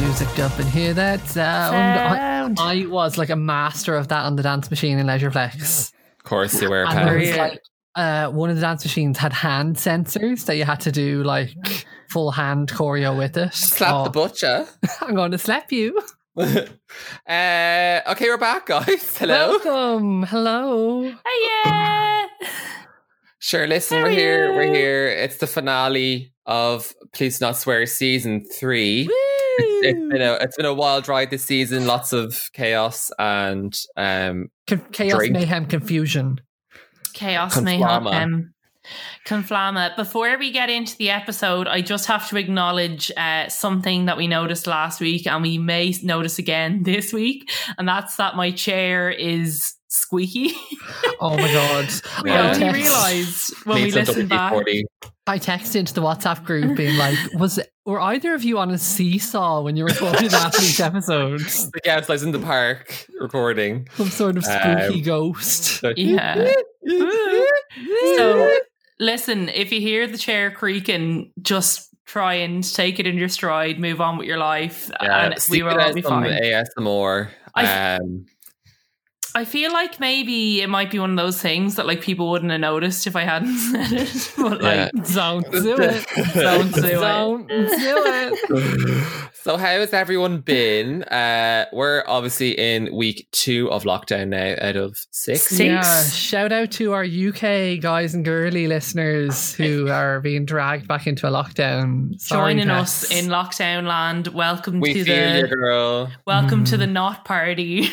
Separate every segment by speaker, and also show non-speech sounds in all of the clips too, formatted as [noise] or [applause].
Speaker 1: music up and hear that sound.
Speaker 2: Sound.
Speaker 1: I, I was like a master of that on the dance machine in Leisureplex.
Speaker 3: Of course, you wear
Speaker 1: And there
Speaker 3: pants.
Speaker 1: was
Speaker 2: Unreal.
Speaker 1: like uh, one of the dance machines had hand sensors that you had to do like full hand choreo with it.
Speaker 3: Slap the
Speaker 1: Oh,
Speaker 3: butcher. [laughs]
Speaker 1: I'm going to slap you.
Speaker 3: uh, okay, we're back, guys. Hello.
Speaker 1: Welcome. Hello.
Speaker 2: Hiya!
Speaker 3: Sure, listen,
Speaker 2: How
Speaker 3: we're
Speaker 2: are
Speaker 3: here. We're
Speaker 2: you?
Speaker 3: here. It's the finale of Please Not Swear season three. It's been a it's been a wild ride this season. Lots of chaos and um
Speaker 1: [laughs] Con- chaos,
Speaker 3: Drink.
Speaker 1: mayhem, confusion.
Speaker 2: Chaos
Speaker 3: Conflama.
Speaker 2: may happen. Conflama. Before we get into the episode, I just have to acknowledge uh, something that we noticed last week and we may notice again [laughs] this week, and that's that my chair is squeaky. [laughs]
Speaker 1: Oh my god.
Speaker 2: we
Speaker 3: Yeah.
Speaker 2: only
Speaker 3: Yes.
Speaker 2: realized when we
Speaker 3: needs some
Speaker 2: listened back.
Speaker 3: WD-40.
Speaker 1: I texted into the WhatsApp group being like, "Was were either of you on a seesaw when you were recording
Speaker 3: [laughs]
Speaker 1: last week's episode?
Speaker 3: Yeah, so I was in the park recording.
Speaker 1: Some sort of spooky ghost."
Speaker 3: Um, So-
Speaker 1: [laughs]
Speaker 2: Yeah. So listen, if you hear the chair creaking, just try and take it in your stride, move on with your life,
Speaker 3: Yeah,
Speaker 2: and we will all be
Speaker 3: some
Speaker 2: fine.
Speaker 3: ASMR.
Speaker 2: I-
Speaker 3: um,
Speaker 2: I feel like maybe it might be one of those things that like people wouldn't have noticed if I hadn't [laughs] said it. But like
Speaker 3: [laughs]
Speaker 1: Don't do it.
Speaker 2: Don't do it.
Speaker 1: Don't do it.
Speaker 3: so how has everyone been? Uh, we're obviously in week two of lockdown now out of six.
Speaker 2: Six.
Speaker 1: Yeah, shout out to our UK guys and girly listeners who are being dragged back into a lockdown. Sorry,
Speaker 2: joining
Speaker 1: pets.
Speaker 2: us in lockdown land. Welcome
Speaker 3: We
Speaker 2: to
Speaker 3: feel you,
Speaker 2: the
Speaker 3: girl.
Speaker 2: welcome to
Speaker 1: Mm.
Speaker 2: the not party.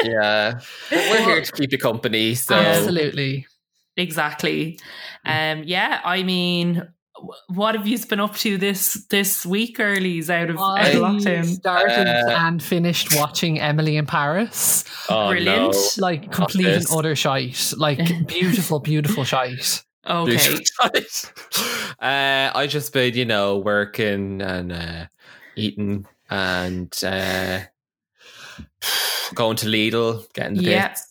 Speaker 3: Yeah. We're here to keep you company. So
Speaker 1: Absolutely.
Speaker 2: [laughs] exactly. Um yeah, I mean wh- what have you been up to this this week, earlies out of, out
Speaker 1: I
Speaker 2: of lockdown?
Speaker 1: started
Speaker 3: um, Uh,
Speaker 1: and finished watching Emily in Paris.
Speaker 3: Oh,
Speaker 2: Brilliant.
Speaker 3: no.
Speaker 1: Like complete and
Speaker 3: this.
Speaker 1: utter shite. Like beautiful, beautiful shite.
Speaker 2: Okay.
Speaker 3: uh, I just been, you know, working and uh, eating and uh, going to Lidl, getting the
Speaker 2: Yeah.
Speaker 3: bits.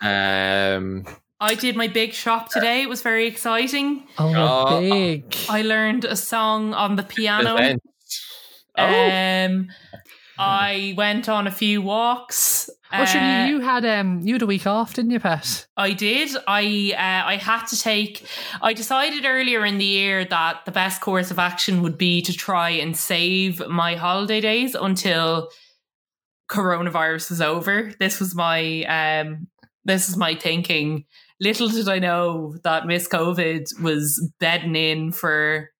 Speaker 3: Um,
Speaker 2: I did my big shop today. It was very exciting.
Speaker 1: Oh,
Speaker 3: [laughs] Oh.
Speaker 1: big.
Speaker 2: I learned a song on the piano.
Speaker 3: event. Oh,
Speaker 2: Um, I went on a few walks.
Speaker 1: oh, sure,
Speaker 2: Uh,
Speaker 1: you, you had um, you had a week off, didn't you, Pat?
Speaker 2: I did. I uh, I had to take. I decided earlier in the year that the best course of action would be to try and save my holiday days until coronavirus is over. This was my um. This is my thinking. Little did I know that Miss COVID was bedding in for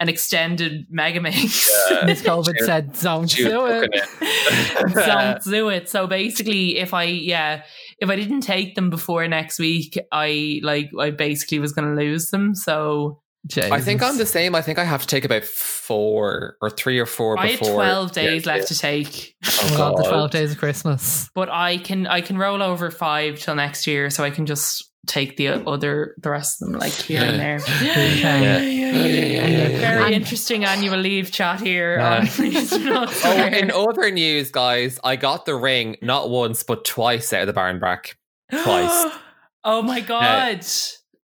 Speaker 2: an extended mega mix.
Speaker 3: Uh,
Speaker 1: Miss COVID
Speaker 3: She-
Speaker 1: said, "Don't
Speaker 3: she was
Speaker 1: do
Speaker 2: uh,
Speaker 1: it."
Speaker 3: cooking [laughs]
Speaker 2: [laughs] don't do it. So basically, if I yeah, if I didn't take them before next week, I like I basically was going to lose them. So
Speaker 3: I think
Speaker 1: Jesus.
Speaker 3: I'm the same. I think I have to take about four or three or four
Speaker 2: I had
Speaker 3: before.
Speaker 2: twelve days
Speaker 3: Yeah.
Speaker 2: left to take,
Speaker 1: Oh god, the
Speaker 3: God.
Speaker 1: twelve days of Christmas.
Speaker 2: but I can I can roll over five till next year, so I can just take the other the rest of them like here
Speaker 3: [laughs]
Speaker 2: and there. [laughs]
Speaker 1: Yeah.
Speaker 2: Very
Speaker 1: And-
Speaker 2: interesting annual leave chat here. [laughs]
Speaker 3: Yeah.
Speaker 2: on Please Do Not
Speaker 3: Oh,
Speaker 2: Swear.
Speaker 3: in other news, guys, I got the ring not once but twice out of the barn brack. twice.
Speaker 2: [gasps] oh my god.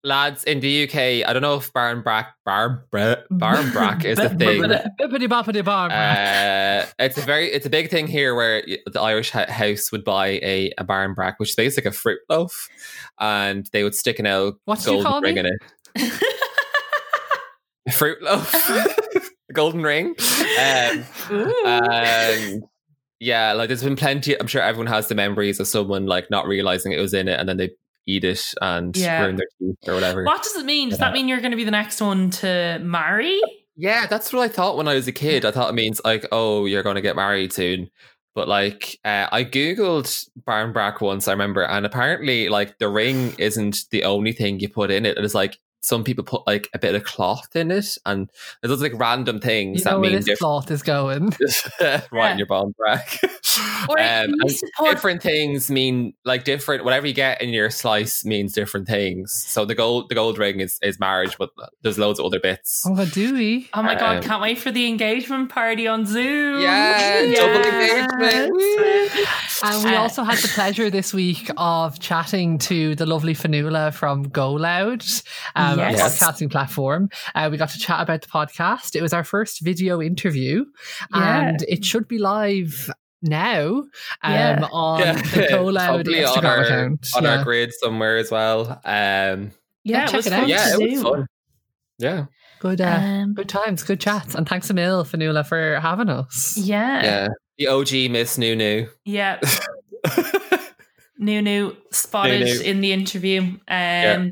Speaker 3: Lads, in the UK, I don't know if barn brack, barn, bra- barn brack
Speaker 1: [laughs]
Speaker 3: is a thing.
Speaker 1: Bippity boppity bar.
Speaker 3: Uh, it's a very, it's a big thing here where y- the Irish ha- house would buy a, a barn brack, which is basically like a fruit loaf, and they would stick an out
Speaker 1: What did you
Speaker 3: golden
Speaker 1: call
Speaker 3: ring
Speaker 1: me?
Speaker 3: in it. A
Speaker 1: [laughs]
Speaker 3: fruit loaf, A [laughs] golden ring. Um,
Speaker 2: Ooh.
Speaker 3: and yeah, like there's been plenty. I'm sure everyone has the memories of someone like not realizing it was in it, and then they eat it and
Speaker 2: Yeah.
Speaker 3: ruin their teeth or whatever.
Speaker 2: What does it mean? Does that mean you're going to be the next one to marry?
Speaker 3: Yeah, that's what I thought when I was a kid. I thought it means like, oh, you're going to get married soon. But like, uh, I googled barn brack once. I remember, and apparently, like the ring isn't the only thing you put in it. It's like some people put like a bit of cloth in it, and it does like random things
Speaker 1: you know
Speaker 3: that
Speaker 1: where
Speaker 3: mean
Speaker 1: this cloth is going.
Speaker 3: different. right in
Speaker 2: Yeah.
Speaker 3: your barn brack. [laughs] Um,
Speaker 2: Or you
Speaker 3: and [laughs]
Speaker 1: Oh,
Speaker 2: support-
Speaker 3: different things mean like different. Whatever you get in your slice means different things. So the gold, the gold ring is is marriage, but there's loads of other bits.
Speaker 1: Oh, do we?
Speaker 2: Oh my god!
Speaker 3: Um,
Speaker 2: Can't wait for the engagement party on Zoom.
Speaker 3: Yeah, double engagement. Woo.
Speaker 1: And we
Speaker 2: Uh,
Speaker 1: also had the pleasure this week of chatting to the lovely Fanula from Go Loud. Um, um, our
Speaker 2: Yes.
Speaker 1: podcasting platform. Uh, we got to chat about the podcast. It was our first video interview,
Speaker 4: Yeah.
Speaker 1: and it should be live now um,
Speaker 4: Yeah.
Speaker 1: on
Speaker 3: yeah,
Speaker 1: the
Speaker 3: [laughs]
Speaker 1: CoLoud
Speaker 3: Probably
Speaker 1: Instagram
Speaker 3: on our
Speaker 1: account.
Speaker 3: on
Speaker 1: Yeah.
Speaker 3: our grid somewhere as well. Um,
Speaker 1: Yeah,
Speaker 2: Yeah,
Speaker 1: check
Speaker 2: it was
Speaker 1: it
Speaker 2: fun
Speaker 1: out.
Speaker 2: to
Speaker 3: yeah, it was
Speaker 2: do.
Speaker 3: fun. Yeah,
Speaker 1: Good, uh,
Speaker 4: Um,
Speaker 1: good times, good chats, and thanks, Emil Fanula, for having us.
Speaker 4: yeah.
Speaker 3: yeah. The OG Miss Nunu. [laughs]
Speaker 2: Yeah. Nunu spotted
Speaker 3: Nunu.
Speaker 2: in the interview. Um,
Speaker 3: Yeah.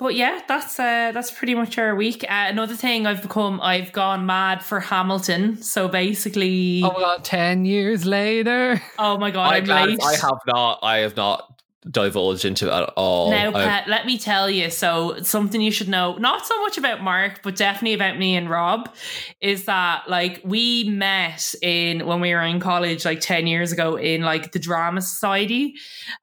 Speaker 2: But yeah, that's uh, that's pretty much our week. Uh, another thing I've become, I've gone mad for Hamilton. So basically,
Speaker 1: Oh
Speaker 2: oh,
Speaker 1: my god, 10 years later.
Speaker 2: my god,
Speaker 3: I,
Speaker 2: I'm late.
Speaker 3: I have not. I have not divulged into it at all.
Speaker 2: Now,
Speaker 3: I-
Speaker 2: Pat, let me tell you. So, something you should know, not so much about Mark, but definitely about me and Rob, is that like we met in when we were in college, like 10 years ago, in like the drama society,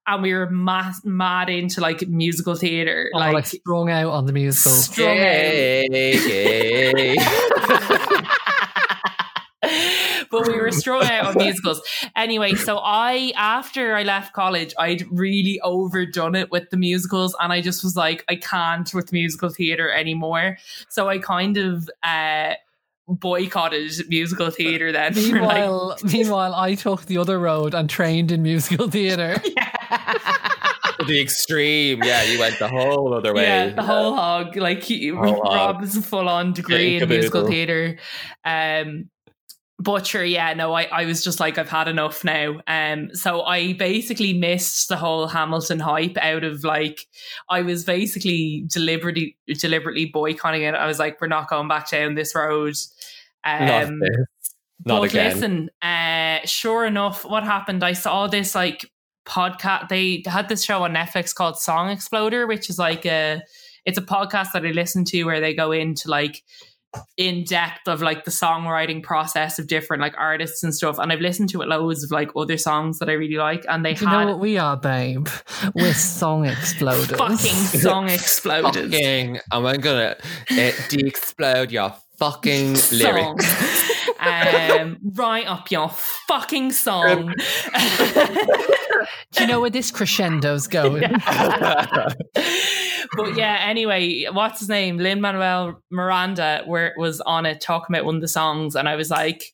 Speaker 2: and we were mad, mad into like musical theater.
Speaker 1: Oh, like,
Speaker 2: like,
Speaker 1: strung out on the musical.
Speaker 2: strung out.
Speaker 3: Yay, yay.
Speaker 2: [laughs] but we were strung out on musicals. Anyway, so I, after I left college, I'd really overdone it with the musicals and I just was like, I can't with musical theatre anymore. So I kind of uh, boycotted musical theatre then. for, like, [laughs]
Speaker 1: Meanwhile, meanwhile, I took the other road and trained in musical
Speaker 2: [laughs]
Speaker 1: theatre.
Speaker 3: [laughs] the extreme. Yeah, you went the whole other way.
Speaker 2: Yeah, the whole hog. Like he,
Speaker 3: Whole hog.
Speaker 2: Rob's full on degree in
Speaker 3: Incubator.
Speaker 2: musical theatre. Um but sure, yeah, no, I, I was just like, I've had enough now. Um so I basically missed the whole Hamilton hype out of like I was basically deliberately deliberately boycotting it. I was like, we're not going back down this road.
Speaker 3: Not
Speaker 2: Um
Speaker 3: this. Not
Speaker 2: but
Speaker 3: again.
Speaker 2: listen, uh, sure enough, what happened? I saw this like podcast. They had this show on Netflix called Song Exploder, which is like a it's a podcast that I listen to where they go into like in depth of like the songwriting process of different like artists and stuff. And I've listened to it loads of like other songs that I really like, and they
Speaker 1: Do you
Speaker 2: had
Speaker 1: know what we are, babe? We're
Speaker 2: [laughs]
Speaker 1: song exploders. [laughs]
Speaker 2: fucking Song Exploders.
Speaker 3: fucking. Am I gonna uh, de-explode your fucking
Speaker 2: [laughs] song.
Speaker 3: lyrics?
Speaker 2: um, right up your fucking song.
Speaker 1: Do you know where this crescendo's going?
Speaker 2: but yeah, anyway, what's his name? Lin Manuel Miranda where was on it talking about one of the songs, and I was like,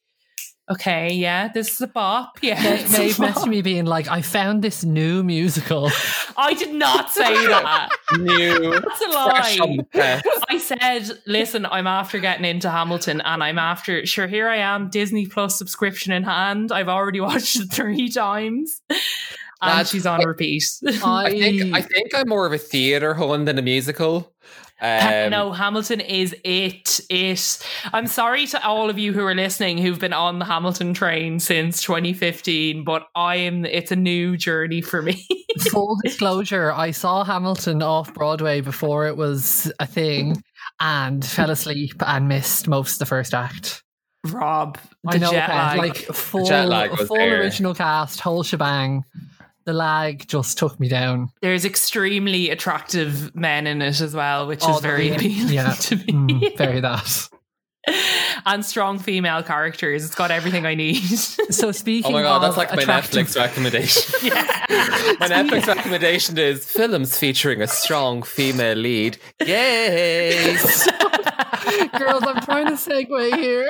Speaker 2: okay, yeah, this is a bop. Yeah,
Speaker 1: They-
Speaker 2: it's a
Speaker 1: They've
Speaker 2: bop.
Speaker 1: messaged me being like, I found this new musical.
Speaker 2: [laughs] I did not say
Speaker 3: [laughs]
Speaker 2: that.
Speaker 3: New.
Speaker 2: That's a
Speaker 3: Fresh
Speaker 2: lie.
Speaker 3: on the press.
Speaker 2: I said, listen, I'm after getting into Hamilton and I'm after, sure, here I am, Disney Plus subscription in hand. I've already [laughs] watched it three times. And
Speaker 3: That's-
Speaker 2: she's on repeat.
Speaker 1: I,
Speaker 3: I think I think I'm more of a theater hun than a musical. Um,
Speaker 2: no, Hamilton is it. It. I'm sorry to all of you who are listening who've been on the Hamilton train since 2015, but I am. It's a new journey for me. [laughs]
Speaker 1: full disclosure, I saw Hamilton off Broadway before it was a thing and fell asleep and missed most of the first act.
Speaker 2: Rob, the
Speaker 1: I know
Speaker 2: jet
Speaker 1: that,
Speaker 2: lag.
Speaker 1: like full,
Speaker 3: jet lag was
Speaker 1: full
Speaker 3: there.
Speaker 1: original cast, whole shebang. The lag just took
Speaker 3: [laughs]
Speaker 1: me down.
Speaker 2: There's extremely attractive men in it as well, which
Speaker 1: Oh,
Speaker 2: is very
Speaker 1: yeah.
Speaker 2: appealing
Speaker 1: Yeah.
Speaker 2: [laughs] to me.
Speaker 1: Mm, very that.
Speaker 2: and strong female characters. It's got everything I need. [laughs]
Speaker 1: So speaking,
Speaker 3: oh my god, that's
Speaker 1: of
Speaker 3: like my
Speaker 1: attractive-
Speaker 3: Netflix recommendation.
Speaker 2: yeah.
Speaker 3: [laughs] My Netflix recommendation is films featuring a strong female lead. Yay!
Speaker 1: [laughs] Girls, I'm trying to segue here.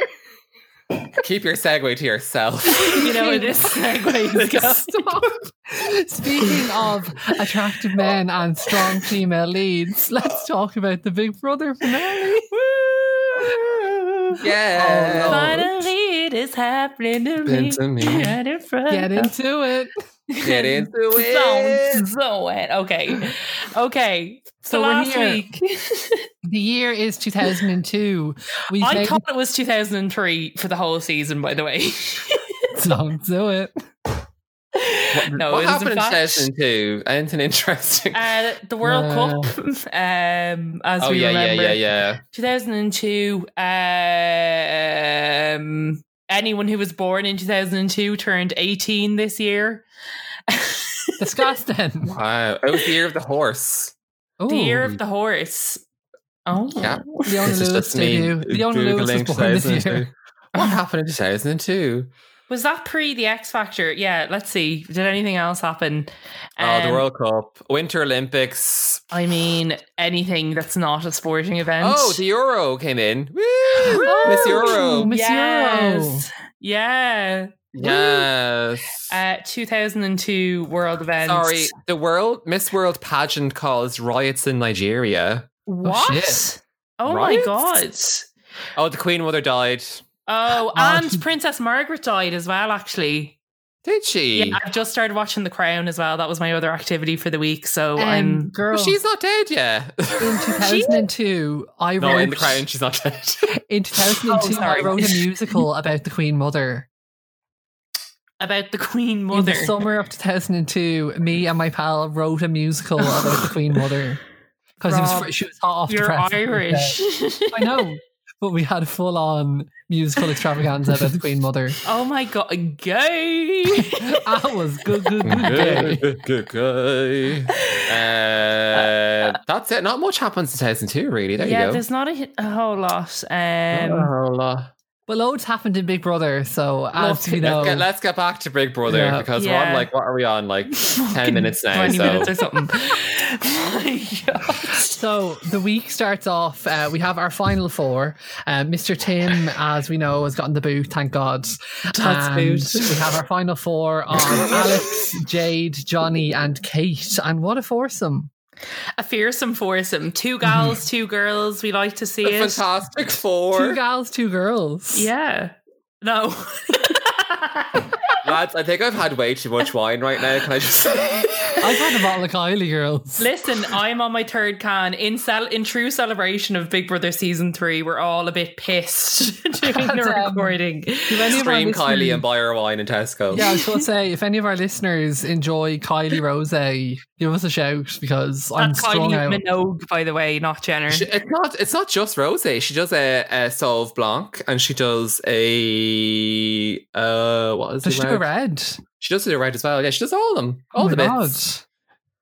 Speaker 1: [laughs]
Speaker 3: Keep your segue to yourself.
Speaker 2: you know where this
Speaker 1: [laughs]
Speaker 2: segues go. [laughs]
Speaker 1: Stop. Speaking of
Speaker 3: [laughs] Oh.
Speaker 1: attractive men and strong female leads, [laughs] let's talk about the Big Brother finale.
Speaker 3: Yeah.
Speaker 1: Oh, no.
Speaker 2: Finally, it is happening to
Speaker 3: Been
Speaker 2: me.
Speaker 3: to me.
Speaker 2: Get in front.
Speaker 1: Get [laughs] into it.
Speaker 3: Get into
Speaker 2: Zone,
Speaker 3: it.
Speaker 2: zone. Okay,
Speaker 1: [laughs]
Speaker 2: okay. So,
Speaker 1: So we're
Speaker 2: last
Speaker 1: here.
Speaker 2: week,
Speaker 1: The year is 2002. We've
Speaker 2: I
Speaker 1: made [laughs]
Speaker 2: thought it was 2003 for the whole season. By the way,
Speaker 1: it long to it.
Speaker 2: [laughs] no,
Speaker 3: what
Speaker 2: it was
Speaker 3: happened in
Speaker 2: in fact.
Speaker 3: season two? Anything interesting?
Speaker 2: Uh, the World
Speaker 1: No.
Speaker 2: Cup, um, as
Speaker 3: oh
Speaker 2: we
Speaker 3: yeah,
Speaker 2: remember,
Speaker 3: yeah, yeah, yeah.
Speaker 2: 2002. Um, anyone who was born in 2002 turned 18 this year.
Speaker 1: Disgusting.
Speaker 3: Wow, it was the year of the horse.
Speaker 1: Ooh.
Speaker 2: The year of the horse. Oh,
Speaker 3: Yeah.
Speaker 1: Leona
Speaker 3: This is
Speaker 1: Lewis
Speaker 3: just me
Speaker 1: debut. Leona Lewis was
Speaker 3: Googling
Speaker 1: born this
Speaker 3: 2002.
Speaker 1: year.
Speaker 3: What happened in Oh, 2002?
Speaker 2: Was that pre the X Factor? Yeah, let's see. Did anything else happen?
Speaker 3: oh,
Speaker 2: Um,
Speaker 3: the World Cup, Winter Olympics,
Speaker 2: I mean, anything that's not a sporting event.
Speaker 3: Oh, the Euro came in. Woo!
Speaker 2: Woo!
Speaker 3: Miss Euro.
Speaker 1: Miss
Speaker 2: Yes. Yeah.
Speaker 3: Yes.
Speaker 2: Uh, 2002 world event.
Speaker 3: Sorry, the world Miss World pageant caused riots in Nigeria.
Speaker 2: What? Oh,
Speaker 1: shit.
Speaker 2: my
Speaker 3: Right?
Speaker 2: god.
Speaker 3: Oh, the Queen Mother died.
Speaker 2: Oh,
Speaker 1: Mad.
Speaker 2: and Princess Margaret died as well, actually.
Speaker 3: Did she?
Speaker 2: Yeah, I've just started watching The Crown as well. That was my other activity for the week. So
Speaker 1: Um,
Speaker 2: I'm
Speaker 1: girl,
Speaker 3: But she's not dead yet.
Speaker 2: [laughs]
Speaker 1: in
Speaker 3: [laughs]
Speaker 1: 2002, I
Speaker 3: no,
Speaker 1: wrote
Speaker 3: in the crown, she's not dead.
Speaker 1: [laughs] in 2002,
Speaker 2: Oh,
Speaker 1: I
Speaker 2: sorry.
Speaker 1: wrote a
Speaker 2: [laughs]
Speaker 1: musical about the Queen Mother.
Speaker 2: about the Queen
Speaker 1: In the
Speaker 2: Mother.
Speaker 1: summer of 2002, me and my pal wrote a musical
Speaker 2: [laughs]
Speaker 1: about the Queen Mother because it was
Speaker 2: Rob,
Speaker 1: fr- she was hot off the
Speaker 2: You're
Speaker 1: press.
Speaker 2: Irish.
Speaker 1: [laughs] I know, but we had a full-on musical extravaganza about the Queen
Speaker 2: [laughs]
Speaker 1: Mother.
Speaker 2: oh my god, gay. [laughs]
Speaker 1: That was good, good, good. day.
Speaker 3: Good, good, [laughs] good. Uh, that's it. Not much happens in 2002, really. There
Speaker 2: yeah,
Speaker 3: you go.
Speaker 2: there's not a, hi- a whole lot.
Speaker 3: Not
Speaker 2: Um,
Speaker 3: a whole lot.
Speaker 1: But loads happened in Big Brother, so as
Speaker 2: Look,
Speaker 1: we know,
Speaker 3: let's, get, let's get back to Big Brother
Speaker 1: Yeah.
Speaker 3: because we're
Speaker 2: Yeah.
Speaker 3: on like what are we on
Speaker 2: [laughs]
Speaker 3: like
Speaker 2: fucking
Speaker 3: minutes now,
Speaker 2: 20
Speaker 3: so-
Speaker 2: minutes or something. [laughs] my god.
Speaker 1: So the week starts off. Uh, we have our final four. Uh, Mr. Tim, as we know, has gotten the boot. Thank God. And We have our final four
Speaker 2: [laughs]
Speaker 1: on Alex, Jade, Johnny, and Kate. And what a foursome!
Speaker 2: A fearsome foursome. Two
Speaker 3: Mm-hmm.
Speaker 2: gals, two girls. We like to see
Speaker 3: the
Speaker 2: it.
Speaker 3: Fantastic
Speaker 1: Two
Speaker 3: Four.
Speaker 1: gals, two girls.
Speaker 2: Yeah. No. [laughs]
Speaker 3: Lads, I think I've had way too much wine right now. Can I just
Speaker 2: [laughs]
Speaker 3: say?
Speaker 1: I've had a bottle of Kylie girls.
Speaker 2: Listen, I'm on my third can. In cel- in true celebration of Big Brother season three, we're all a bit pissed [laughs] doing
Speaker 1: That's,
Speaker 2: the
Speaker 1: um,
Speaker 2: recording.
Speaker 1: If any of our
Speaker 3: Stream Kylie
Speaker 1: listeners-
Speaker 3: and buy her wine in Tesco.
Speaker 1: Yeah, I was going to say, if any of our listeners enjoy Kylie Rose, give us a shout because I'm
Speaker 2: That's
Speaker 1: strung
Speaker 2: Kylie
Speaker 1: out.
Speaker 2: Minogue, by the way, not Jenner.
Speaker 3: She- it's not. It's not just rosé. She does a, a Sauve Blanc, and she does a uh, what is
Speaker 1: Does
Speaker 3: it?
Speaker 1: she do red?
Speaker 3: She does it right as well. Yeah, she does all of them. All
Speaker 1: oh
Speaker 3: the
Speaker 1: my
Speaker 3: bits.
Speaker 1: god!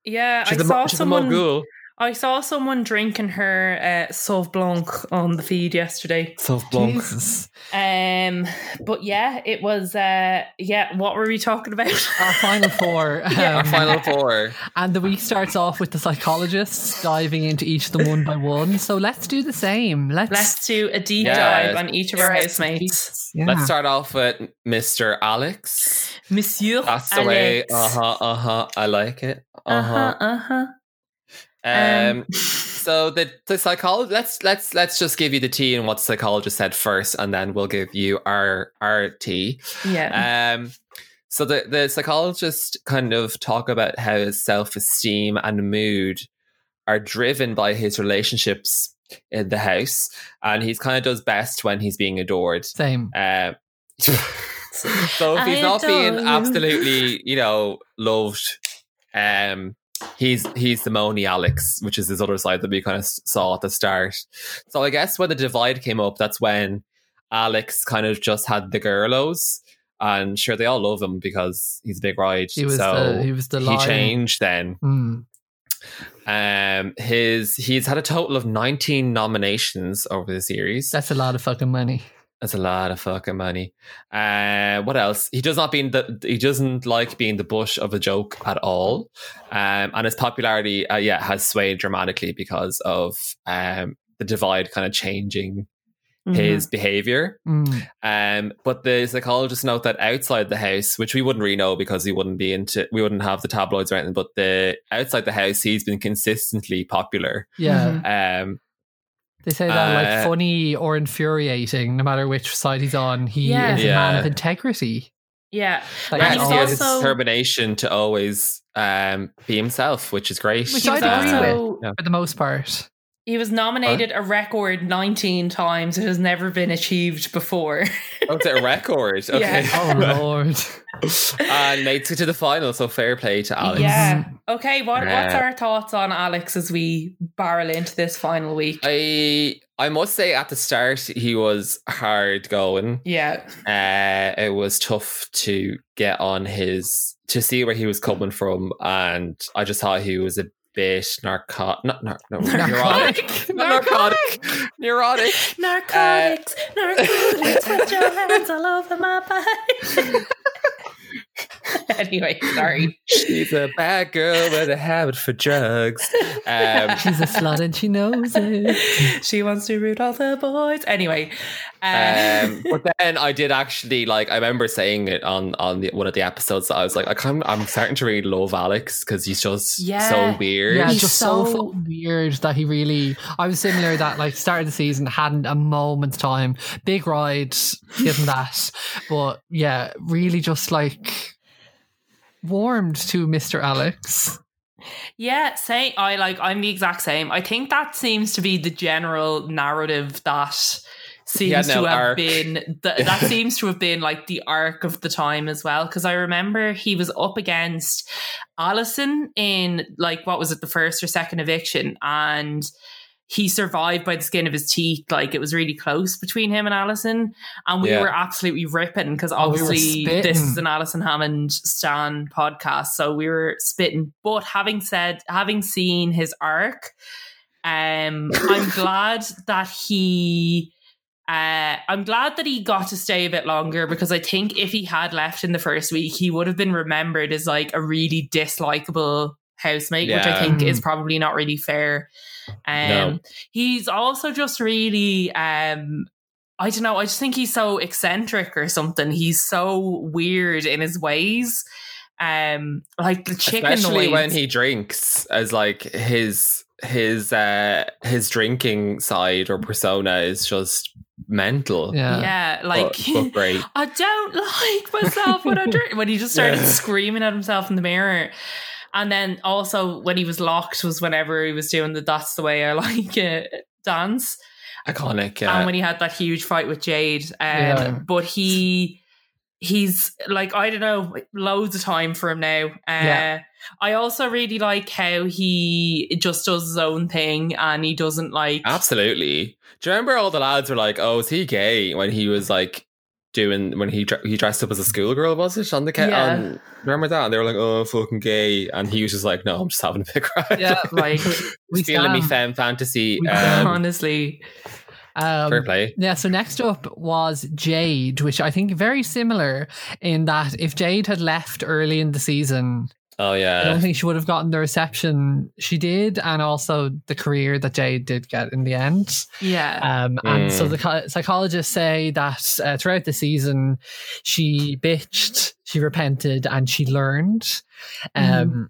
Speaker 2: yeah,
Speaker 3: She's a,
Speaker 2: I
Speaker 3: mo-
Speaker 2: saw
Speaker 3: she's a
Speaker 2: someone.
Speaker 3: mogul.
Speaker 2: I saw someone drinking her uh, Sauve Blanc on the feed yesterday.
Speaker 3: Sauve
Speaker 1: Jesus.
Speaker 2: Um, but yeah, it was. Uh, yeah, what were we talking about?
Speaker 1: Our final four.
Speaker 3: Our
Speaker 1: um,
Speaker 3: final
Speaker 1: [laughs]
Speaker 3: four.
Speaker 1: And the week starts off with the psychologists diving into each of them one by one. So let's do the same. Let's,
Speaker 2: [laughs] Let's do a deep
Speaker 3: Yeah.
Speaker 2: dive on each of our housemates.
Speaker 1: Yeah.
Speaker 3: Let's start off with Mr. Alex.
Speaker 2: Monsieur
Speaker 3: That's the
Speaker 2: Alex.
Speaker 3: way. Uh huh. Uh huh. I like it. Uh huh.
Speaker 2: uh-huh.
Speaker 3: Um,
Speaker 2: [laughs]
Speaker 3: so the the psychologist. Let's let's let's just give you the tea and what the psychologist said first, and then we'll give you our our tea.
Speaker 2: [laughs] Yeah.
Speaker 3: Um, so the, the psychologists kind of talk about how his self esteem and mood are driven by his relationships in the house, and he's kind of does best when he's being adored.
Speaker 1: Same.
Speaker 3: Um, [laughs] so if
Speaker 2: I
Speaker 3: he's not
Speaker 2: adore
Speaker 3: being
Speaker 2: you.
Speaker 3: absolutely, you know, loved, um, he's he's the Moni Alex, which is his other side that we kind of s- saw at the start. So I guess when the divide came up, that's when Alex kind of just had the girlos, and sure they all love him because he's a big ride.
Speaker 1: He was
Speaker 3: so
Speaker 1: the he was the
Speaker 3: he
Speaker 1: lion.
Speaker 3: changed then.
Speaker 1: Mm.
Speaker 3: Um, his he's had a total of nineteen nominations over the series.
Speaker 1: That's a lot of fucking money.
Speaker 3: That's a lot of fucking money. Uh, what else? He does not being the he doesn't like being the bush of a joke at all, um, and his popularity, uh, yeah, has swayed dramatically because of um, the divide kind of changing
Speaker 2: Uh, mm-hmm.
Speaker 3: his behavior.
Speaker 1: Mm.
Speaker 3: Um, but the psychologists note that outside the house, which we wouldn't really know because he wouldn't be into, we wouldn't have the tabloids or anything. But the outside the house, he's been consistently popular.
Speaker 1: Yeah.
Speaker 2: Mhm.
Speaker 3: Um,
Speaker 1: They say that like
Speaker 3: Uh,
Speaker 1: funny or infuriating, no matter which side he's on, he
Speaker 2: Yeah.
Speaker 1: is a man
Speaker 3: Yeah.
Speaker 1: of integrity.
Speaker 2: Yeah.
Speaker 1: Like,
Speaker 3: yeah,
Speaker 2: And
Speaker 1: at
Speaker 2: he's
Speaker 3: he
Speaker 1: all.
Speaker 3: has this
Speaker 2: also-
Speaker 3: determination to always um, be himself, which is great. uh,
Speaker 1: Which
Speaker 2: He was
Speaker 1: I'd agree
Speaker 2: also-
Speaker 3: with. Yeah.
Speaker 1: for the most part.
Speaker 3: [laughs]
Speaker 2: He was nominated a record 19 times. It has never been achieved before.
Speaker 3: Oh, it's a record.
Speaker 2: [laughs] Yeah.
Speaker 3: Okay.
Speaker 1: Oh lord.
Speaker 3: [laughs] and makes it to the final, so fair play to [laughs] Alex.
Speaker 2: Yeah. Okay, what, what's
Speaker 3: Yeah.
Speaker 2: our thoughts on Alex as we barrel into this final week?
Speaker 3: I I must say at the start he was hard going.
Speaker 2: yeah.
Speaker 3: Uh, it was tough to get on his to see where he was coming from, and I just thought he was a bit narco- not, nar-
Speaker 2: [laughs]
Speaker 3: no,
Speaker 1: [laughs]
Speaker 3: neurotic, Not narcotic, neurotic.
Speaker 2: Narcotics, [laughs] narcotics, put your hands all over my body. anyway, sorry.
Speaker 3: She's a bad girl with a habit for drugs. Um,
Speaker 1: She's a slut and she knows it.
Speaker 2: she wants to root all the boys. Anyway,
Speaker 3: um,
Speaker 2: um,
Speaker 3: but then I did actually like I remember saying it on on the, one of the episodes that I was like I kind I'm starting to really love Alex because he's just
Speaker 2: Yeah.
Speaker 3: so weird.
Speaker 1: Yeah,
Speaker 2: He's
Speaker 1: just so,
Speaker 2: so-
Speaker 1: fucking weird that he really. I was similar that like started the season hadn't a moment's time. Big ride, [laughs] given that, but yeah, really just like warmed to Mr. Alex.
Speaker 2: yeah, say I like I'm the exact same. I think that seems to be the general narrative that
Speaker 3: had
Speaker 2: seems
Speaker 3: no
Speaker 2: to have
Speaker 3: arc. [laughs]
Speaker 2: been th- that seems to have been like the arc of the time as well because I remember he was up against Allison in like what was it the first or second eviction and he survived by the skin of his teeth like it was really close between him and Allison and we
Speaker 3: Yeah.
Speaker 2: were absolutely ripping because
Speaker 1: Oh, we were
Speaker 2: obviously this
Speaker 1: spitting.
Speaker 2: is an Alison Hammond Stan podcast, so we were spitting. But having said, having seen his arc, um,
Speaker 1: [laughs]
Speaker 2: I'm glad that he. Uh, I'm glad that he got to stay a bit longer because I think if he had left in the first week, he would have been remembered as like a really dislikable housemate, which I
Speaker 3: Yeah.
Speaker 2: think
Speaker 1: Mhm.
Speaker 2: is probably not really fair. Um,
Speaker 3: No.
Speaker 2: he's also just really um, I don't know. I just think he's so eccentric or something. He's so weird in his ways. Um, like the chicken
Speaker 3: Especially
Speaker 2: noise.
Speaker 3: when he drinks, as like his his uh his drinking side or persona is just mental.
Speaker 1: Yeah.
Speaker 2: yeah,
Speaker 3: But-
Speaker 2: like
Speaker 3: but great.
Speaker 2: [laughs] I don't like myself when I drink. When he just started
Speaker 3: Yeah.
Speaker 2: screaming at himself in the mirror. And then also when he was locked was whenever he was doing the "That's the way I like it" dance. [laughs]
Speaker 3: Iconic.
Speaker 2: and
Speaker 3: Yeah.
Speaker 2: when he had that huge fight with Jade. Um,
Speaker 1: Yeah.
Speaker 2: But he he's like I don't know, loads of time for him now. Uh,
Speaker 1: Yeah.
Speaker 2: I also really like how he just does his own thing and he doesn't like. [laughs]
Speaker 3: Absolutely. Do you remember all the lads were like, "Oh, is he gay?" When he was like doing when he dre- he dressed up as a schoolgirl, was it on the ca-
Speaker 2: Yeah.
Speaker 3: on, remember that? And they were like, "Oh, fucking gay," and he was just like, "No, I'm just having a big [laughs] ride."
Speaker 1: Yeah,
Speaker 2: like
Speaker 1: We
Speaker 3: feeling me femme
Speaker 1: stand.
Speaker 3: fantasy.
Speaker 1: We
Speaker 3: Um,
Speaker 2: honestly,
Speaker 1: Um,
Speaker 3: fair play.
Speaker 1: Yeah, so next up was Jade, which I think very similar in that if Jade had left early in the season,
Speaker 3: Oh
Speaker 1: I don't
Speaker 3: yeah.
Speaker 1: think she would have gotten the reception she did, and also the career that Jade did get in the end.
Speaker 2: yeah,
Speaker 1: Um, And so
Speaker 3: Mm.
Speaker 1: the co- psychologists say that uh, throughout the season, she bitched, she repented, and she learned. Um,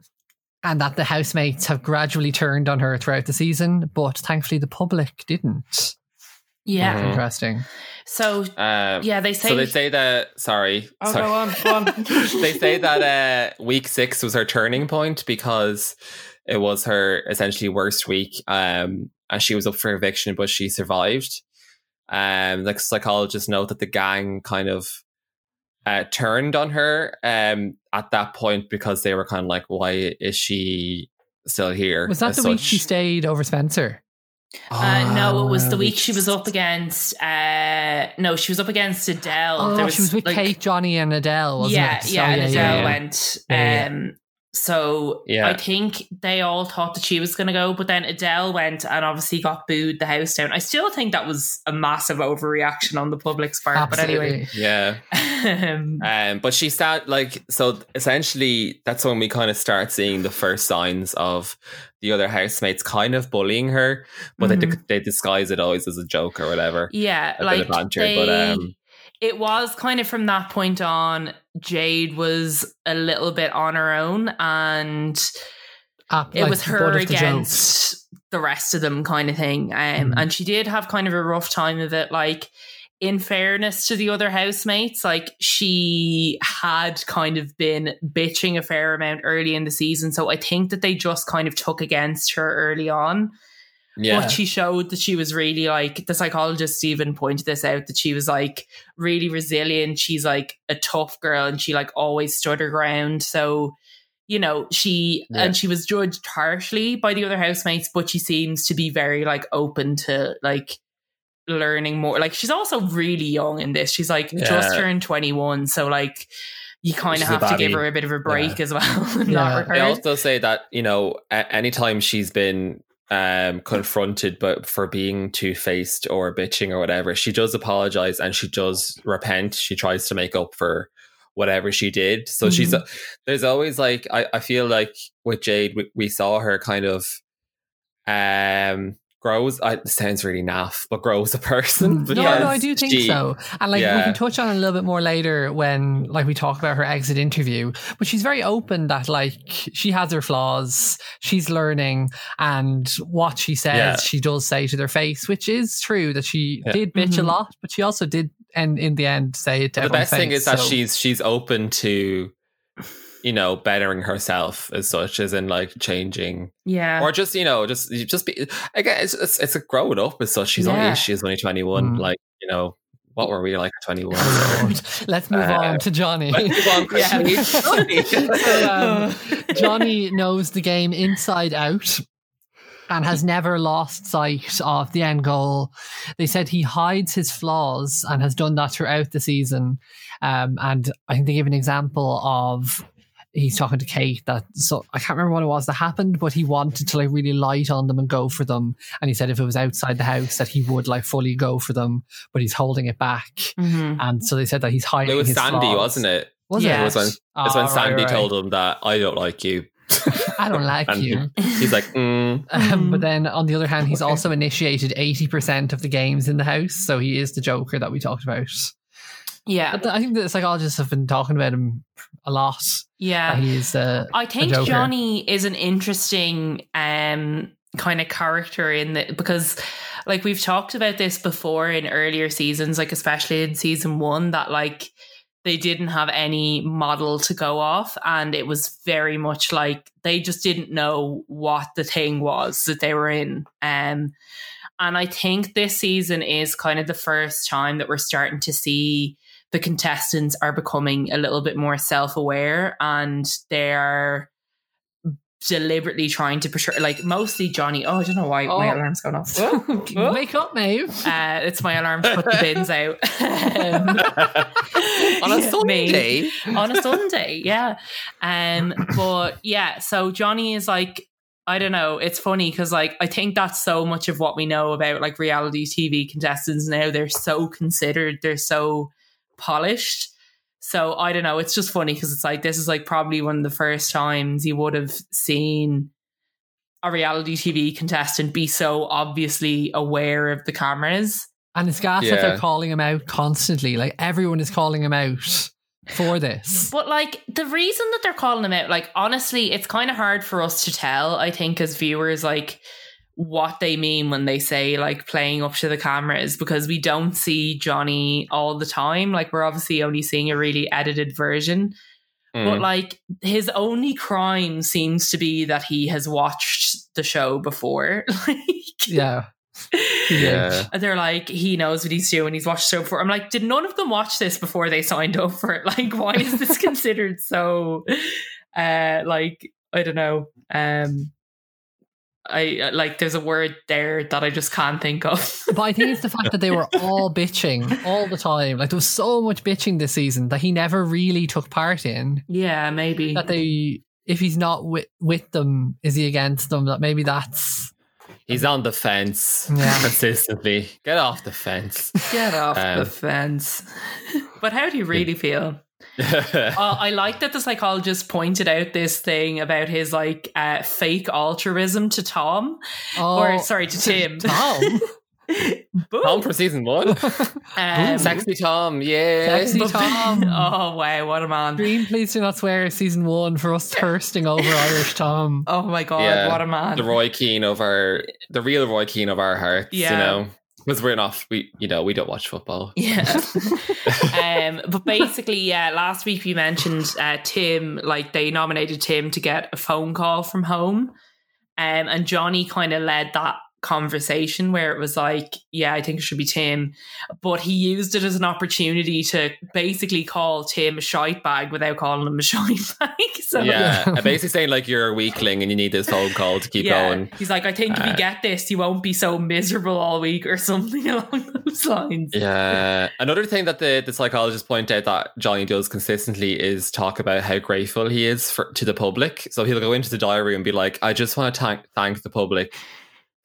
Speaker 1: And that the housemates have gradually turned on her throughout the season, but thankfully the public didn't.
Speaker 2: yeah.
Speaker 3: Mhm.
Speaker 1: Interesting.
Speaker 2: So
Speaker 3: Um,
Speaker 2: yeah, they say.
Speaker 3: So they say that. Sorry,
Speaker 2: Oh,
Speaker 3: sorry.
Speaker 2: go on, go on.
Speaker 3: [laughs]
Speaker 2: [laughs]
Speaker 3: they say that uh, week six was her turning point because it was her essentially worst week, um, and she was up for eviction, but she survived. Um, like psychologists note that the gang kind of uh, turned on her um, at that point because they were kind of like, "Why is she still here?"
Speaker 1: Was that
Speaker 3: as
Speaker 1: the week
Speaker 3: such?
Speaker 1: she stayed over Spencer?
Speaker 2: Uh, no, it was
Speaker 3: Ah,
Speaker 2: the week she was up against. Uh, no, she was up against Adele.
Speaker 1: Oh,
Speaker 2: There
Speaker 1: she was with
Speaker 2: like-
Speaker 1: Kate, Johnny, and Adele, wasn't
Speaker 2: yeah,
Speaker 1: it? So,
Speaker 2: Yeah, and Adele
Speaker 3: yeah, yeah.
Speaker 2: went.
Speaker 1: Yeah,
Speaker 2: Um, So
Speaker 3: Yeah.
Speaker 2: I think they all thought that she was going to go, but then Adele went and obviously got booed the house down. I still think that was a massive overreaction on the public's part.
Speaker 1: Absolutely.
Speaker 3: Yeah.
Speaker 2: But anyway, [laughs] um,
Speaker 3: Um, but she start like so. Essentially, that's when we kind of start seeing the first signs of the other housemates kind of bullying her, but they
Speaker 2: Mhm.
Speaker 3: they disguise it always as a joke or whatever.
Speaker 2: yeah,
Speaker 3: A
Speaker 2: like
Speaker 3: bit of banter,
Speaker 2: they,
Speaker 3: but um,
Speaker 2: it was kind of from that point on. Jade was a little bit on her own, and
Speaker 1: Ah,
Speaker 2: it
Speaker 1: like
Speaker 2: was
Speaker 1: the
Speaker 2: her
Speaker 1: butt of the joke.
Speaker 2: against the, rest of them kind of thing um,
Speaker 1: Mhm.
Speaker 2: and she did have kind of a rough time of it like in fairness to the other housemates like she had kind of been bitching a fair amount early in the season so i think that they just kind of took against her early on
Speaker 3: yeah,
Speaker 2: but she showed that she was really like the psychologist even pointed this out that she was like really resilient. She's like a tough girl and she like always stood her ground. So, you know, she
Speaker 3: Yeah.
Speaker 2: and she was judged harshly by the other housemates, but she seems to be very like open to like learning more. Like she's also really young in this. She's like just
Speaker 3: Yeah.
Speaker 2: turned 21. So like you kind
Speaker 3: She's
Speaker 2: of
Speaker 3: a
Speaker 2: have to give
Speaker 3: baby.
Speaker 2: her a bit of a break as well [laughs] in
Speaker 1: Yeah.
Speaker 2: that
Speaker 1: They
Speaker 2: regard.
Speaker 3: they also say that you know a- anytime she's been um confronted but for being two-faced or bitching or whatever she does apologize and she does repent she tries to make up for whatever she did. So she's
Speaker 1: Mm-hmm.
Speaker 3: there's always like I, I feel like with Jade we, we saw her kind of um grows I, it sounds really naff but grows a person
Speaker 1: Mm-hmm. No, no, I
Speaker 3: because
Speaker 1: do think
Speaker 3: Mm, she-
Speaker 1: so. And like we
Speaker 3: Yeah.
Speaker 1: can touch on it a little bit more later when like we talk about her exit interview. But she's very open that like she has her flaws, she's learning, and what she says
Speaker 3: Yeah.
Speaker 1: she does say to their face, which is true that she
Speaker 3: Yeah.
Speaker 1: did bitch a
Speaker 2: Mhm.
Speaker 1: lot, but she also did and in the end say it to
Speaker 3: the
Speaker 1: everyone's
Speaker 3: best thing
Speaker 1: face,
Speaker 3: is that
Speaker 1: so-
Speaker 3: she's she's open to you know bettering herself as such as in like changing
Speaker 2: Yeah. [laughs]
Speaker 3: or just you know just you just be again it's it's, it's a growing up as such she's
Speaker 2: Yeah.
Speaker 3: only she's only 21
Speaker 1: Mm.
Speaker 3: like you know what were we like at
Speaker 1: [laughs]
Speaker 3: 21
Speaker 1: Lord. Let's move
Speaker 3: Uh,
Speaker 1: on to Johnny.
Speaker 3: Let's move on
Speaker 1: [laughs]
Speaker 3: quickly.
Speaker 2: [laughs] Yeah.
Speaker 1: So, um,
Speaker 3: [laughs]
Speaker 1: Johnny knows the game inside out and has never lost sight of the end goal. They said he hides his flaws and has done that throughout the season. Um, and I think they give an example of he's talking to Kate that so I can't remember what it was that happened, but he wanted to like really light on them and go for them. And he said if it was outside the house that he would like fully go for them, but he's holding it back.
Speaker 2: Mhm.
Speaker 1: And so they said that he's
Speaker 3: [laughs]
Speaker 1: hiding.
Speaker 3: it was
Speaker 1: his
Speaker 3: sandy
Speaker 1: flaws.
Speaker 3: wasn't it
Speaker 1: Was
Speaker 2: Yeah.
Speaker 1: it?
Speaker 3: it was when it's
Speaker 1: Ah,
Speaker 3: when
Speaker 1: right,
Speaker 3: sandy
Speaker 1: right.
Speaker 3: told him that i don't like you
Speaker 1: I don't like
Speaker 3: And
Speaker 1: you.
Speaker 3: he's
Speaker 1: [laughs]
Speaker 3: like mm,
Speaker 1: Um, but
Speaker 2: Mhm.
Speaker 1: then on the other hand, he's
Speaker 2: Okay.
Speaker 1: also initiated 80% of the games in the house. So he is the Joker that we talked about.
Speaker 2: Yeah.
Speaker 1: But I think the psychologists have been talking about him a lot.
Speaker 2: Yeah.
Speaker 1: that he is uh,
Speaker 2: I think
Speaker 1: Joker.
Speaker 2: Johnny is an interesting um kind of character in the because like we've talked about this before in earlier seasons, like especially in season one, that like they didn't have any model to go off and it was very much like they just didn't know what the thing was that they were in. Um and I think this season is kind of the first time that we're starting to see the contestants are becoming a little bit more self-aware and they're deliberately trying to portray like mostly Johnny. Oh, I don't know why my
Speaker 1: Oh.
Speaker 2: alarm's going off.
Speaker 1: [laughs] Wake up, Maeve.
Speaker 2: Uh, it's my alarm to put the bins out. Um,
Speaker 3: [laughs] on a
Speaker 2: yeah, [laughs]
Speaker 3: sunday
Speaker 2: me. [laughs] on a Sunday, yeah. Um, but yeah, so Johnny is like, I don't know. It's funny because like I think that's so much of what we know about like reality TV contestants now. They're so considered. They're so polished. So I don't know. It's just funny because it's like this is like probably one of the first times you would have seen a reality TV contestant be so obviously aware of the cameras.
Speaker 1: And it's gas that they're
Speaker 3: Yeah.
Speaker 1: calling him out constantly. Like everyone is calling him out for this.
Speaker 2: But like the reason that they're calling him out, like honestly, it's kind of hard for us to tell. I think as viewers, like what they mean when they say like playing up to the cameras because we don't see Johnny all the time. Like we're obviously only seeing a really edited version. But
Speaker 3: Mm.
Speaker 2: like his only crime seems to be that he has watched the show before. [laughs] like
Speaker 1: Yeah.
Speaker 3: yeah
Speaker 2: and they're like, he knows what he's doing. He's watched the show before. I'm like, did none of them watch this before they signed up for it? [laughs] Like, why is this considered so, uh, like, I don't know. Um, I uh, like, there's a word there that I just can't think of. [laughs]
Speaker 1: But I think it's the fact that they were all bitching all the time. Like there was so much bitching this season that he never really took part in.
Speaker 2: yeah, maybe.
Speaker 1: That they, if he's not with, with them, is he against them? That maybe that's
Speaker 3: he's on the fence
Speaker 1: Yeah.
Speaker 3: consistently get off the
Speaker 1: [laughs]
Speaker 3: fence [laughs]
Speaker 2: Get off
Speaker 3: Um,
Speaker 2: the fence. [laughs] but how do you really feel? uh, I like that the psychologist pointed out this thing about his like uh, fake altruism to Tom,
Speaker 1: Oh,
Speaker 2: or sorry, [laughs] to Tim.
Speaker 1: Tom.
Speaker 2: Boo.
Speaker 3: Tom for season
Speaker 1: [laughs]
Speaker 3: one.
Speaker 2: Um,
Speaker 3: Sexy Tom, yeah.
Speaker 1: Sexy
Speaker 2: but-
Speaker 1: Tom.
Speaker 2: [laughs] oh wow, what a man!
Speaker 1: Green, please do not swear. Season one for us thirsting over Irish Tom.
Speaker 2: [laughs] Oh my god,
Speaker 3: Yeah.
Speaker 2: what a man!
Speaker 3: The Roy Keane of our, the real Roy Keane of our hearts,
Speaker 2: Yeah.
Speaker 3: you know. Because we're not, we, you know, we don't watch football. [laughs]
Speaker 2: yeah. um, but basically, yeah. Last week we mentioned uh, Tim. Like they nominated Tim to get a phone call from home, um, and Johnny kind of led that conversation where it was like, "Yeah, I think it should be Tim," but he used it as an opportunity to basically call Tim a shite bag without calling him a [laughs] shite bag. So
Speaker 3: yeah.
Speaker 1: Yeah.
Speaker 3: And basically saying like you're a weakling and you need this phone call
Speaker 2: [laughs]
Speaker 3: to keep going.
Speaker 2: He's like, I think if you
Speaker 3: Uh,
Speaker 2: get this, you won't be so miserable all week or something [laughs] along those lines.
Speaker 3: Yeah. Another thing that the, the psychologist pointed out that Johnny does consistently is talk about how grateful he is for, to the public. So he'll go into the diary and be like, I just want to thank, thank the public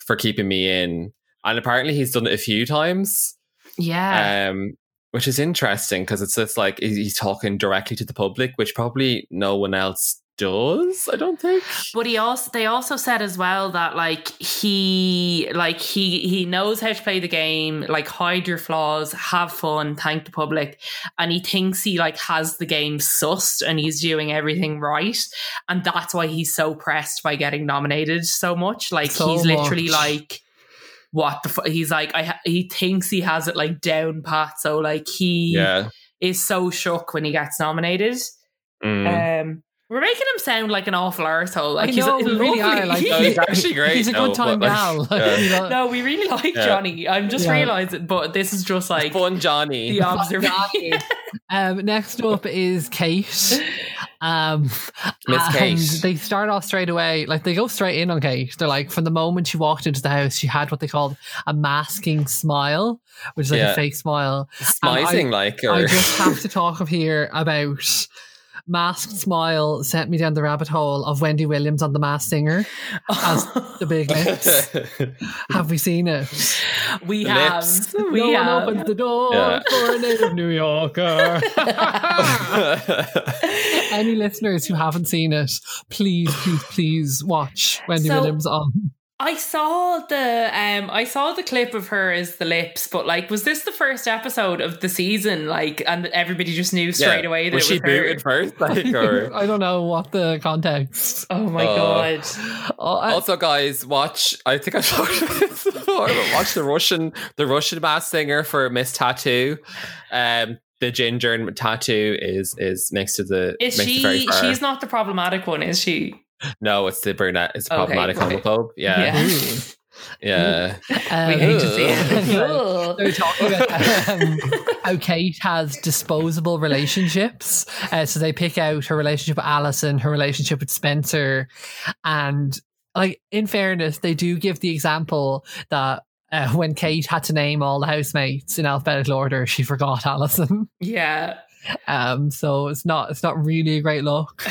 Speaker 3: for keeping me in. And apparently he's done it a few times.
Speaker 2: Yeah.
Speaker 3: um, which is interesting because it's just like he- he's talking directly to the public, which probably no one else does. I don't think.
Speaker 2: But he also they also said as well that like he like he he knows how to play the game, like hide your flaws, have fun, thank the public, and he thinks he like has the game sussed and he's doing everything right, and that's why he's so pressed by getting nominated so much. Like
Speaker 1: So
Speaker 2: he's literally
Speaker 1: much.
Speaker 2: like. What the fu-? he's like? I ha- he thinks he has it like down pat, so like he
Speaker 3: Yeah.
Speaker 2: is so shook when he gets nominated.
Speaker 3: Mm.
Speaker 2: Um, we're making him sound like an awful arsehole. Like
Speaker 1: I
Speaker 2: he's
Speaker 1: know, we really
Speaker 2: lovely.
Speaker 1: are,
Speaker 2: [laughs]
Speaker 1: like-
Speaker 3: No, he's actually great.
Speaker 1: He's a
Speaker 3: no,
Speaker 1: good time
Speaker 3: but, like,
Speaker 1: now. [laughs]
Speaker 3: yeah.
Speaker 1: you know?
Speaker 2: no, we really like
Speaker 3: Yeah.
Speaker 2: Johnny. I'm just
Speaker 1: Yeah.
Speaker 2: realizing, but this is just like
Speaker 3: Fun Johnny.
Speaker 2: the
Speaker 1: [laughs]
Speaker 2: um, [laughs] observation.
Speaker 1: Johnny. um, next up is Kate. Um,
Speaker 3: Miss
Speaker 1: and
Speaker 3: Kate.
Speaker 1: They start off straight away, like they go straight in on Kate. They're like, from the moment she walked into the house, she had what they called a masking smile, which is like
Speaker 3: Yeah.
Speaker 1: a fake smile.
Speaker 3: Smizing like her.
Speaker 1: I just have
Speaker 2: [laughs]
Speaker 1: to talk of here about Masked Smile sent me down the rabbit hole of Wendy Williams on The Masked Singer, As The
Speaker 2: [laughs]
Speaker 1: Big Lips.
Speaker 3: [laughs]
Speaker 1: have we seen it?
Speaker 2: we
Speaker 3: The
Speaker 2: have,
Speaker 3: lips.
Speaker 1: no
Speaker 2: we have.
Speaker 1: one opens the door
Speaker 3: Yeah.
Speaker 1: for a native New
Speaker 2: [laughs]
Speaker 1: Yorker. Any listeners who haven't seen it, please, please, please watch Wendy
Speaker 2: So-
Speaker 1: Williams on.
Speaker 2: I saw the um, I saw the clip of her as the lips, but like, was this the first episode of the season? Like, and everybody just knew
Speaker 3: Yeah.
Speaker 2: straight away that
Speaker 3: was she
Speaker 2: it was her.
Speaker 3: booted first? Like, or
Speaker 1: [laughs]
Speaker 2: [laughs] Uh,
Speaker 1: I don't know what the context.
Speaker 2: Oh my
Speaker 3: Uh,
Speaker 2: god!
Speaker 1: Oh, I-
Speaker 3: also, guys, watch. I think I told you [laughs] this before. But watch the Russian, the Russian mass singer for Miss Tattoo. Um, the ginger and tattoo is is next to the.
Speaker 2: Is
Speaker 3: makes it very
Speaker 2: she?
Speaker 3: far.
Speaker 2: She's not the problematic one, is she?
Speaker 3: No, it's the brunette. It's the
Speaker 2: Okay,
Speaker 3: problematic
Speaker 2: right.
Speaker 3: homophobe. Yeah,
Speaker 1: Ooh.
Speaker 3: yeah.
Speaker 1: Um,
Speaker 2: [laughs] we hate to see
Speaker 1: so
Speaker 2: it. [laughs]
Speaker 1: We're talking about um, how Kate has disposable relationships. Uh, so they pick out her relationship with Allison, her relationship with Spencer, and like in fairness, they do give the example that uh, when Kate had to name all the housemates in alphabetical order, she forgot Allison.
Speaker 2: yeah.
Speaker 1: [laughs] Um, so it's not it's not really a great look.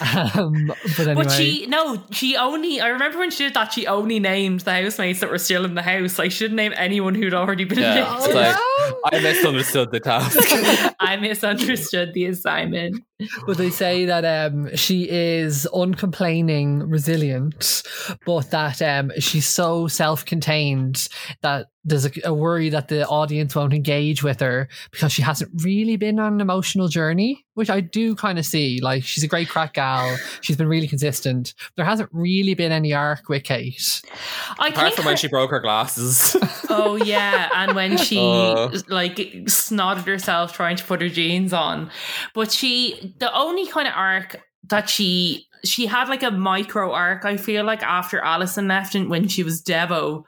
Speaker 1: Um, but anyway,
Speaker 2: But she no, she only I remember when she did that, she only named the housemates that were still in the house. Like she didn't name anyone who'd already been
Speaker 3: Yeah,
Speaker 2: yeah,
Speaker 1: Oh,
Speaker 3: it's like-
Speaker 1: no.
Speaker 3: I misunderstood the [laughs] task.
Speaker 2: [laughs] I misunderstood the assignment.
Speaker 1: But they say that um, she is uncomplaining, resilient, but that um, she's so self contained that there's a, a worry that the audience won't engage with her because she hasn't really been on an emotional journey, which I do kind of see. Like, she's a great crack gal, she's been really consistent. There hasn't really been any arc with Kate.
Speaker 2: I
Speaker 3: Apart
Speaker 2: think
Speaker 3: from
Speaker 2: her-
Speaker 3: when she broke her glasses.
Speaker 2: Oh yeah, and when she
Speaker 3: Uh.
Speaker 2: like snotted herself trying to put her jeans on. But she the only kind of arc that she she had like a micro arc, I feel like, after Alison left and when she was Devo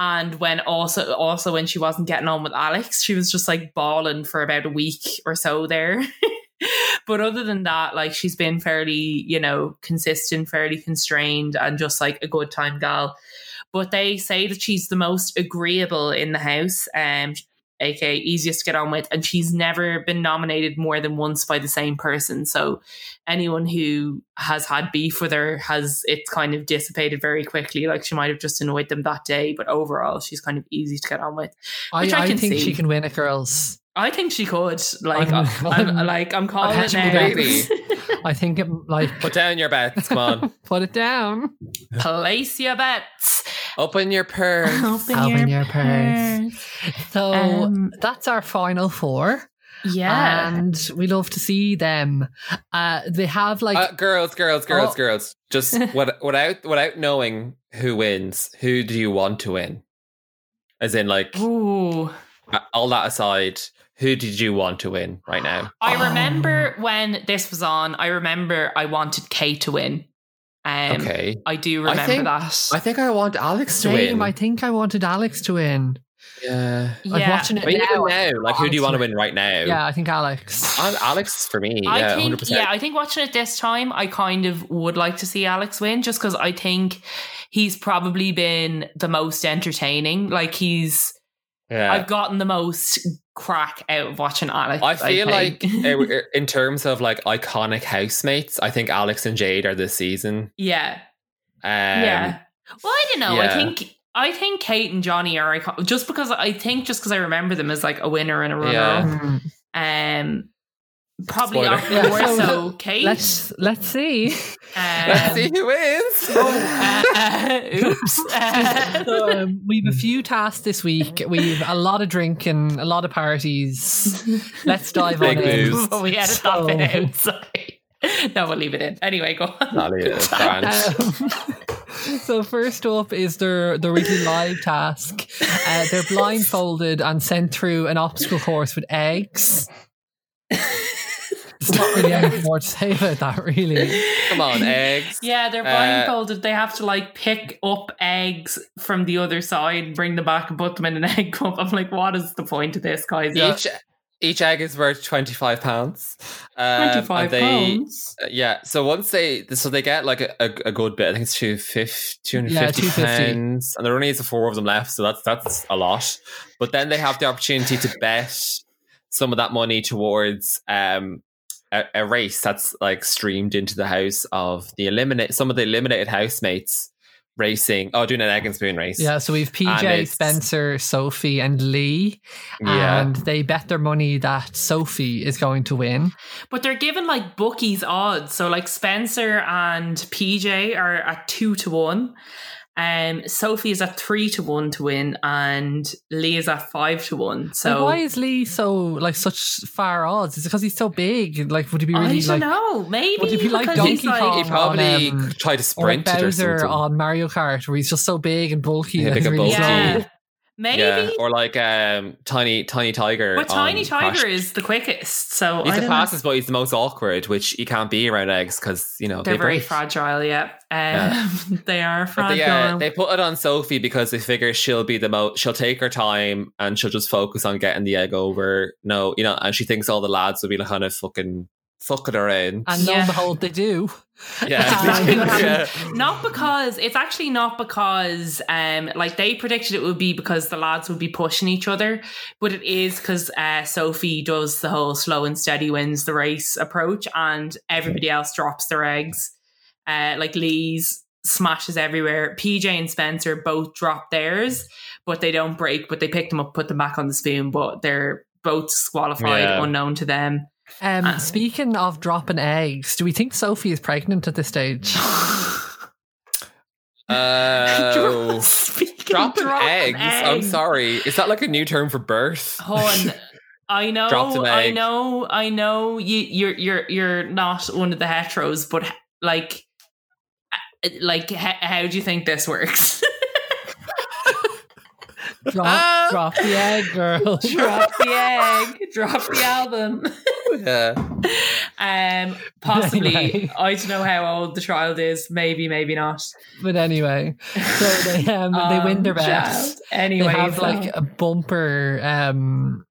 Speaker 2: and when also also when she wasn't getting on with Alex, she was just like bawling for about a week or so there. [laughs] but other than that, like she's been fairly, you know, consistent, fairly constrained, and just like a good time gal. But they say that she's the most agreeable in the house, um, aka easiest to get on with, and she's never been nominated more than once by the same person. So anyone who has had beef with her has it's kind of dissipated very quickly. Like she might have just annoyed them that day, but overall she's kind of easy to get on with.
Speaker 1: I,
Speaker 2: Which I can
Speaker 1: think
Speaker 2: see.
Speaker 1: she can win it, girls.
Speaker 2: I think she could. Like I'm,
Speaker 1: I'm-
Speaker 2: I'm-
Speaker 1: I'm-
Speaker 2: like I'm calling
Speaker 1: I'm
Speaker 2: it
Speaker 1: hedging
Speaker 2: now.
Speaker 1: my bets. I think it, like,
Speaker 3: Put down your bets. Come on.
Speaker 1: [laughs] put it down.
Speaker 2: [laughs] Place your bets.
Speaker 3: Open your purse.
Speaker 1: Open your purse. So
Speaker 2: Um,
Speaker 1: that's our final four.
Speaker 2: Yeah.
Speaker 1: and we love to see them. Uh, they have like
Speaker 3: Uh, girls, girls, girls,
Speaker 1: Oh.
Speaker 3: girls. Just what, without without knowing who wins, who do you want to win? As in, like
Speaker 2: Oh. Ooh.
Speaker 3: uh, all that aside, who did you want to win right now?
Speaker 2: I remember when this was on, I remember I wanted Kay to win. Um,
Speaker 3: okay,
Speaker 2: I do remember
Speaker 3: I think-
Speaker 2: that.
Speaker 3: I think I want Alex to
Speaker 1: same.
Speaker 3: win.
Speaker 1: I think I wanted Alex to win.
Speaker 3: yeah,
Speaker 1: Like
Speaker 2: Yeah.
Speaker 1: watching it
Speaker 3: but even
Speaker 1: now.
Speaker 3: now, like who do you
Speaker 1: Alex
Speaker 3: want to
Speaker 1: to
Speaker 3: win right now?
Speaker 1: Yeah, I think Alex.
Speaker 3: Al- Alex for me.
Speaker 2: I
Speaker 3: yeah,
Speaker 2: think
Speaker 3: 100%.
Speaker 2: yeah, I think watching it this time, I kind of would like to see Alex win just because I think he's probably been the most entertaining. Like he's
Speaker 3: Yeah.
Speaker 2: I've gotten the most crack out of watching Alex.
Speaker 3: I feel like
Speaker 2: think.
Speaker 3: uh, in terms of like iconic housemates, I think Alex and Jade are this season.
Speaker 2: [laughs] yeah,
Speaker 3: Um,
Speaker 2: yeah. Well, I don't know. I
Speaker 3: yeah.
Speaker 2: think I think Kate and Johnny are icon- just because I think just because I remember them as like a winner and a runner.
Speaker 1: Mm.
Speaker 2: Um, probably
Speaker 3: Spoiler.
Speaker 2: not
Speaker 1: Yeah,
Speaker 2: more
Speaker 1: so
Speaker 2: so Kate.
Speaker 1: Let's let's see.
Speaker 2: [laughs] Um,
Speaker 3: [laughs] Let's
Speaker 2: [laughs]
Speaker 3: see who wins.
Speaker 2: uh, uh, [laughs] oops. Uh,
Speaker 1: So, um, we've a few tasks this week. We've a lot of drinking, a lot of
Speaker 2: [laughs]
Speaker 1: parties. Let's dive on
Speaker 3: Big
Speaker 1: in.
Speaker 3: news.
Speaker 2: we edit
Speaker 1: So-
Speaker 2: that bit out. [laughs] Sorry. No, we'll leave it in. Anyway, go on.
Speaker 3: Not either, Grant.
Speaker 1: Um, [laughs] so first up is their their weekly live task. Uh, they're blindfolded and sent through an obstacle course with eggs. There's not really anything more to say about that, really.
Speaker 3: [laughs] Come
Speaker 2: [laughs]
Speaker 3: on, eggs.
Speaker 2: Yeah, they're
Speaker 3: Uh,
Speaker 2: blindfolded. they have to like pick up eggs from the other side, bring them back, and put them in an [laughs] egg cup. I'm like, what is the point of this, guys?
Speaker 3: Each each egg is worth twenty five pounds. Um, and
Speaker 2: twenty five
Speaker 3: they-
Speaker 2: pounds.
Speaker 3: Uh, Yeah. So once they so they get like a, a, a good bit. I think it's two fifty
Speaker 1: Yeah,
Speaker 3: 250
Speaker 1: 250.
Speaker 3: pounds, and there only is four of them left. So that's that's a lot. But then they have the opportunity to bet some of that money towards um a, a race that's like streamed into the house of the eliminate some of the eliminated housemates racing. Oh, doing an egg and spoon race.
Speaker 1: Yeah, so we've
Speaker 3: And
Speaker 1: PJ,
Speaker 3: it's-
Speaker 1: Spencer, Sophie, and Lee,
Speaker 3: Yeah.
Speaker 1: and they bet their money that Sophie is going to win.
Speaker 2: But they're given like bookies odds. So like Spencer and PJ are at two to one. Um, Sophie is at three to one to win, and Lee is at five to one.
Speaker 1: So
Speaker 2: So
Speaker 1: why is Lee so like such far odds? Is it because he's so big? Like, would he be really
Speaker 2: I don't
Speaker 1: like?
Speaker 2: know. Maybe
Speaker 1: Would it be like
Speaker 2: because he's,
Speaker 1: Donkey Kong?
Speaker 3: He probably
Speaker 1: on, um,
Speaker 3: tried to
Speaker 1: Or
Speaker 3: sprint
Speaker 1: like
Speaker 3: it or
Speaker 1: Bowser
Speaker 3: something.
Speaker 1: on Mario Kart, where he's just so big and bulky
Speaker 3: Yeah,
Speaker 1: that
Speaker 3: big
Speaker 1: he's
Speaker 3: and
Speaker 1: really
Speaker 3: bulky.
Speaker 1: slow.
Speaker 2: Yeah. Maybe.
Speaker 3: Yeah, or like um, tiny tiny tiger.
Speaker 2: But Tiny
Speaker 3: on
Speaker 2: Tiger
Speaker 3: Crash
Speaker 2: is the quickest, so
Speaker 3: He's
Speaker 2: I
Speaker 3: the
Speaker 2: don't know.
Speaker 3: fastest, but he's the most awkward, which he can't be around eggs because you know
Speaker 2: They're
Speaker 3: they
Speaker 2: very
Speaker 3: break.
Speaker 2: fragile, yeah. Um, [laughs]
Speaker 3: Yeah.
Speaker 2: They are
Speaker 3: But
Speaker 2: fragile.
Speaker 3: they, uh, they put it on Sophie because they figure she'll be the most. She'll take her time and she'll just focus on getting the egg over. No, you know, and she thinks all the lads will be like kind of fucking fucking
Speaker 2: [laughs]
Speaker 3: around.
Speaker 1: And lo
Speaker 2: Yeah.
Speaker 1: and behold, they do.
Speaker 3: yeah,
Speaker 2: exactly what happened.
Speaker 3: [laughs] yeah.
Speaker 2: not because it's actually not because um like they predicted it would be because the lads would be pushing each other, but it is because uh, Sophie does the whole slow and steady wins the race approach, and everybody else drops their eggs. Uh, like Lee's smashes everywhere. PJ and Spencer both drop theirs, but they don't break. But they pick them up, put them back on the spoon. But they're both disqualified,
Speaker 3: Yeah.
Speaker 2: unknown to them. [laughs]
Speaker 1: Um,
Speaker 2: Uh.
Speaker 1: speaking of dropping eggs, do we think Sophie is pregnant at this [laughs] stage?
Speaker 3: [laughs]
Speaker 2: [laughs]
Speaker 3: Oh.
Speaker 2: Speaking
Speaker 3: Dropping
Speaker 2: [laughs] drop
Speaker 3: eggs. I'm sorry. Is that like a new term for birth?
Speaker 2: Hon, I know,
Speaker 3: Dropped an
Speaker 2: I
Speaker 3: egg.
Speaker 2: know, I know. You, you're, you're, you're not one of the heteros, but like, uh, like, h- how do you think this works? [laughs]
Speaker 1: Drop,
Speaker 3: Ah.
Speaker 1: drop the egg, [laughs] girl.
Speaker 2: drop the egg, [laughs] drop the
Speaker 1: [laughs]
Speaker 2: album.
Speaker 3: [laughs] yeah.
Speaker 2: Um, possibly,
Speaker 1: Anyway.
Speaker 2: I don't know how old the child is. Maybe, maybe not.
Speaker 1: But anyway, so they um, they win their
Speaker 2: Um,
Speaker 1: bets.
Speaker 2: child. Anyway,
Speaker 1: They have
Speaker 2: so-
Speaker 1: like a bumper um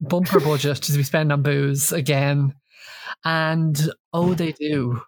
Speaker 1: bumper budget to be spent on booze again, and oh, they do.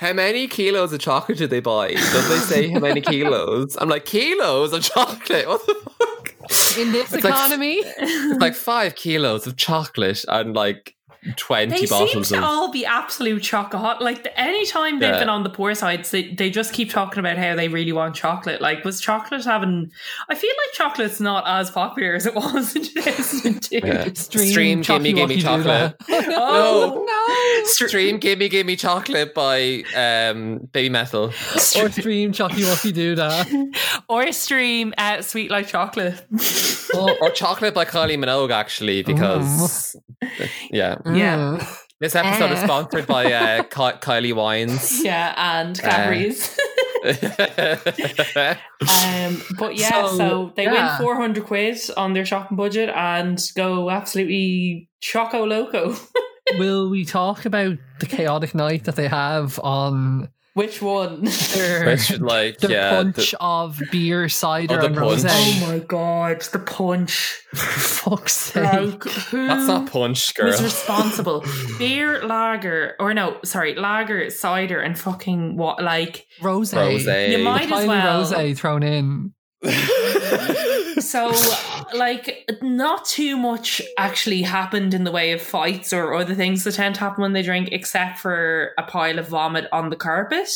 Speaker 3: How many kilos of chocolate did they buy? Does they say how many kilos? I'm like kilos of chocolate. What the fuck?
Speaker 2: [laughs]
Speaker 1: In this
Speaker 3: It's like-
Speaker 1: economy,
Speaker 3: It's like five kilos of chocolate and like 20
Speaker 2: They seem
Speaker 3: bottles
Speaker 2: to
Speaker 3: of.
Speaker 2: all be absolute chock hot. Like the- any time they've
Speaker 3: Yeah.
Speaker 2: been on the poor sides, they, they just keep talking about how they really want chocolate. Like was chocolate having? I feel like chocolate's not as popular as it was in [laughs] 2002.
Speaker 3: Yeah.
Speaker 1: stream,
Speaker 3: Stream, gimme, gimme
Speaker 1: Walkie Doodle.
Speaker 2: Oh,
Speaker 1: [laughs] no.
Speaker 3: [laughs] Stream Gimme Gimme Chocolate by um, Baby Metal.
Speaker 1: or stream Chucky Wucky Doodah.
Speaker 2: or stream uh, sweet like chocolate. Oh.
Speaker 1: Or,
Speaker 3: Or Chocolate by Kylie Minogue, actually, because. Yeah.
Speaker 2: Yeah.
Speaker 1: Mm.
Speaker 3: This episode is
Speaker 1: Eh.
Speaker 3: sponsored by
Speaker 2: [laughs]
Speaker 3: uh, Ki- Kylie Wines.
Speaker 2: [laughs] yeah, and Cadbury's. [laughs] um, but yeah,
Speaker 1: So,
Speaker 2: so, they
Speaker 1: yeah.
Speaker 2: win four hundred quid on their shopping budget and go absolutely choco loco.
Speaker 1: [laughs]
Speaker 2: [laughs]
Speaker 1: Will we talk about the chaotic night that they have on
Speaker 2: Which one?
Speaker 1: their,
Speaker 3: Which, like,
Speaker 1: their
Speaker 3: yeah. the-
Speaker 1: punch of beer, cider,
Speaker 3: Oh, the
Speaker 1: and
Speaker 3: punch.
Speaker 2: Oh
Speaker 1: rosé?
Speaker 2: my god, the punch.
Speaker 1: [laughs] Fuck's sake.
Speaker 2: Like, who
Speaker 3: that's not punch, girl.
Speaker 2: was [laughs] responsible? Beer, lager, or no, sorry, lager, cider, and fucking what? Like,
Speaker 1: Rosé.
Speaker 3: Rosé.
Speaker 2: You might- as
Speaker 1: Finally,
Speaker 2: well.
Speaker 1: rosé thrown in.
Speaker 3: [laughs]
Speaker 2: [laughs] so, like, not too much actually happened in the way of fights or other things that tend to happen when they drink, except for a pile of vomit on the carpet.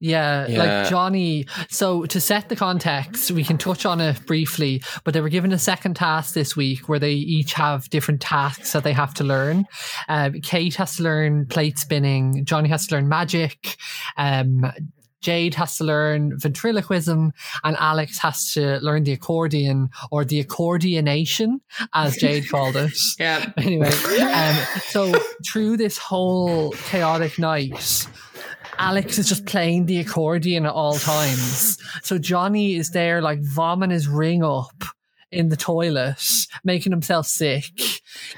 Speaker 1: Yeah,
Speaker 3: Yeah.
Speaker 1: like Johnny. So to set the context, we can touch on it briefly, but they were given a second task this week where they each have different tasks that they have to learn. Um, Kate has to learn plate spinning. Johnny has to learn magic. Um, Jade has to learn ventriloquism, and Alex has to learn the accordion or the accordionation, as Jade called it
Speaker 2: [laughs] Yeah.
Speaker 1: [laughs] anyway, um, so through this whole chaotic night, Alex is just playing the accordion at all times. So Johnny is there, like vomiting his ring up in the toilet, making himself sick.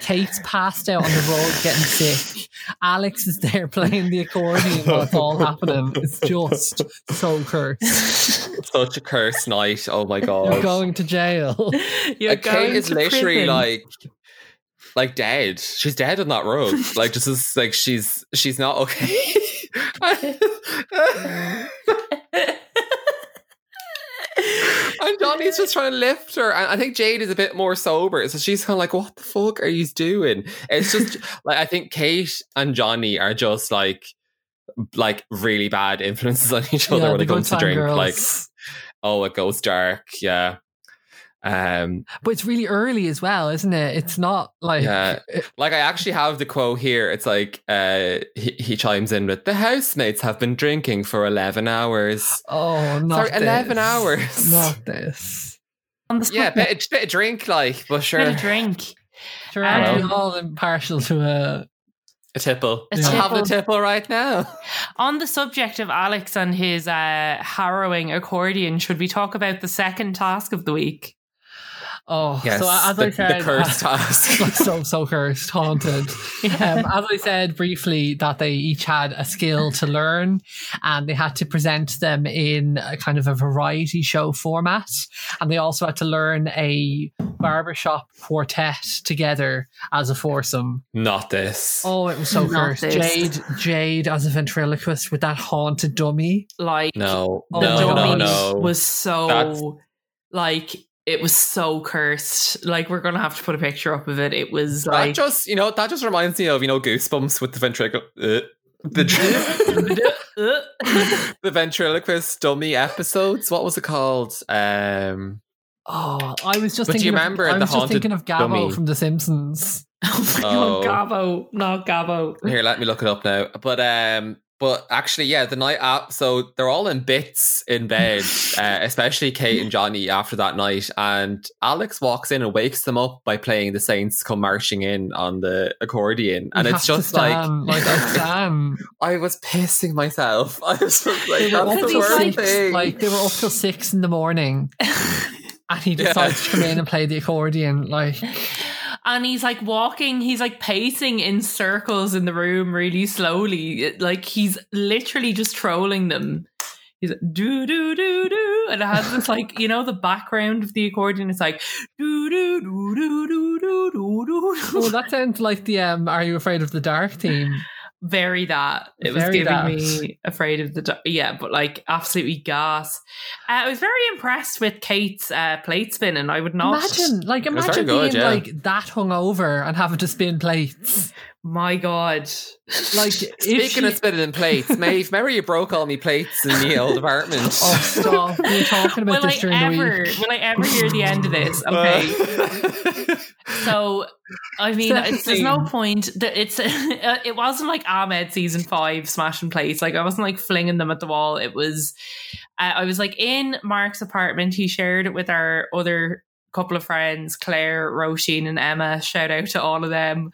Speaker 1: Kate's passed out on the road, getting sick. Alex is there playing the accordion while it's all happening. It's just so cursed.
Speaker 3: Such a cursed night. Oh my
Speaker 1: You're
Speaker 3: god.
Speaker 1: going to jail.
Speaker 2: You're
Speaker 3: Uh, Kate
Speaker 2: going
Speaker 3: is
Speaker 2: to
Speaker 3: literally
Speaker 2: prison.
Speaker 3: like like dead. She's dead on that
Speaker 2: [laughs]
Speaker 3: rug. like just is like she's she's not okay. [laughs] and Johnny's just trying to lift her. And I think Jade is a bit more sober. So she's kind of like, what the fuck are you doing? It's
Speaker 2: [laughs]
Speaker 3: just like I think Kate and Johnny are just like like really bad influences on each other
Speaker 1: Yeah,
Speaker 3: when
Speaker 1: the
Speaker 3: it
Speaker 1: good
Speaker 3: comes to
Speaker 1: time
Speaker 3: drink.
Speaker 1: girls.
Speaker 3: Like, oh, it goes dark. Yeah. Um,
Speaker 1: but it's really early as well, isn't it? It's not like
Speaker 3: Yeah. Like I actually have the quote here. It's like uh he, he chimes in with the housemates have been drinking for eleven hours.
Speaker 1: Oh, not
Speaker 3: Sorry, 11
Speaker 1: this.
Speaker 3: hours.
Speaker 1: Not this.
Speaker 2: on the
Speaker 3: Yeah, bit of, bit of drink, like, but sure,
Speaker 2: Little
Speaker 3: a
Speaker 2: drink.
Speaker 1: Sure,
Speaker 2: Hello.
Speaker 1: I'm all impartial to a.
Speaker 3: tipple.
Speaker 2: A
Speaker 3: I'm having a
Speaker 2: tipple.
Speaker 3: tipple right now.
Speaker 2: On the subject of Alex and his uh, harrowing accordion, should we talk about the second task of the week?
Speaker 1: Oh,
Speaker 3: Yes,
Speaker 1: so as
Speaker 3: the,
Speaker 1: I said,
Speaker 3: the
Speaker 1: [laughs]
Speaker 3: cursed
Speaker 1: like
Speaker 3: task.
Speaker 1: so so cursed, [laughs] haunted. Um, as I said briefly, that they each had a skill to learn, and they had to present them in a kind of a variety show format, and they also had to learn a barbershop quartet together as a foursome.
Speaker 3: Not this.
Speaker 1: Oh, it was so
Speaker 2: Not
Speaker 1: cursed.
Speaker 2: this.
Speaker 1: Jade, Jade as a ventriloquist with that haunted dummy.
Speaker 2: Like
Speaker 3: No,
Speaker 1: Oh,
Speaker 2: the
Speaker 3: no, no,
Speaker 2: dummy
Speaker 3: no.
Speaker 2: was so
Speaker 3: That's-
Speaker 2: like it was so cursed. Like we're gonna have to put a picture up of it. It was
Speaker 3: that
Speaker 2: like
Speaker 3: just, you know, that just reminds me of, you know, Goosebumps with the ventricle. Uh, the, [laughs] the ventriloquist dummy episodes. What was it called? Um,
Speaker 1: Oh, I was just
Speaker 3: But do you
Speaker 1: thinking. of-
Speaker 3: remember
Speaker 1: I
Speaker 3: the
Speaker 1: was just
Speaker 3: haunted
Speaker 1: thinking of Gabo
Speaker 3: dummy?
Speaker 1: from The Simpsons.
Speaker 2: [laughs] oh my
Speaker 3: Oh.
Speaker 2: god, Gabo, not Gabo.
Speaker 3: Here, let me look it up now. But um, but actually, yeah, the night app. So they're all in bits in bed, uh, especially Kate and Johnny after that night. And Alex walks in and wakes them up by playing "The Saints Come Marching In" on the accordion, and
Speaker 1: You
Speaker 3: it's
Speaker 1: have to
Speaker 3: just like
Speaker 1: stand, like I
Speaker 3: [laughs]
Speaker 1: stand.
Speaker 3: I was pissing myself. [laughs] I was just like,
Speaker 1: They were up
Speaker 3: that's
Speaker 2: Could
Speaker 3: the
Speaker 1: till
Speaker 2: these
Speaker 3: worst
Speaker 1: six.
Speaker 3: thing.
Speaker 1: Like they were up till six in
Speaker 3: [laughs]
Speaker 1: the morning, and he
Speaker 3: Yeah.
Speaker 1: decides to come in and play the accordion.
Speaker 3: [laughs]
Speaker 1: Like
Speaker 2: and he's like walking he's like pacing in circles in the room really slowly It- like he's literally just trolling them he's like, do do do do and it has this like you know the background of the accordion it's like do do do do do do do do
Speaker 1: oh, that sounds like the um, "Are You Afraid of the Dark" theme.
Speaker 2: very that it was
Speaker 1: Very
Speaker 2: giving
Speaker 1: that. [laughs]
Speaker 2: me afraid of the dark. yeah but like absolutely gas uh, i was very impressed with kate's uh, plate spin and i would not
Speaker 1: Imagine, like,
Speaker 3: was very
Speaker 1: imagine
Speaker 3: good,
Speaker 1: being
Speaker 3: yeah.
Speaker 1: like that hungover and having to spin plates.
Speaker 2: my god
Speaker 1: Like, if
Speaker 3: Speaking
Speaker 1: she,
Speaker 3: of spitting in plates, Maeve, remember you broke all my plates in the old apartment.
Speaker 1: oh,
Speaker 3: [laughs]
Speaker 1: stop! We were talking about
Speaker 2: [laughs] will
Speaker 1: this
Speaker 2: I
Speaker 1: during
Speaker 2: ever
Speaker 1: the week.
Speaker 2: will I ever hear the end of this? Okay.
Speaker 1: [laughs]
Speaker 2: So, I mean, it's, there's no
Speaker 1: Seventeen.
Speaker 2: point. that It's [laughs] uh, it wasn't like Ahmed season five smashing plates. Like I wasn't like flinging them at the wall. It was, uh, I was like in Mark's apartment. He shared it with our other couple of friends, Claire, Roisin, and Emma. Shout out to all of them.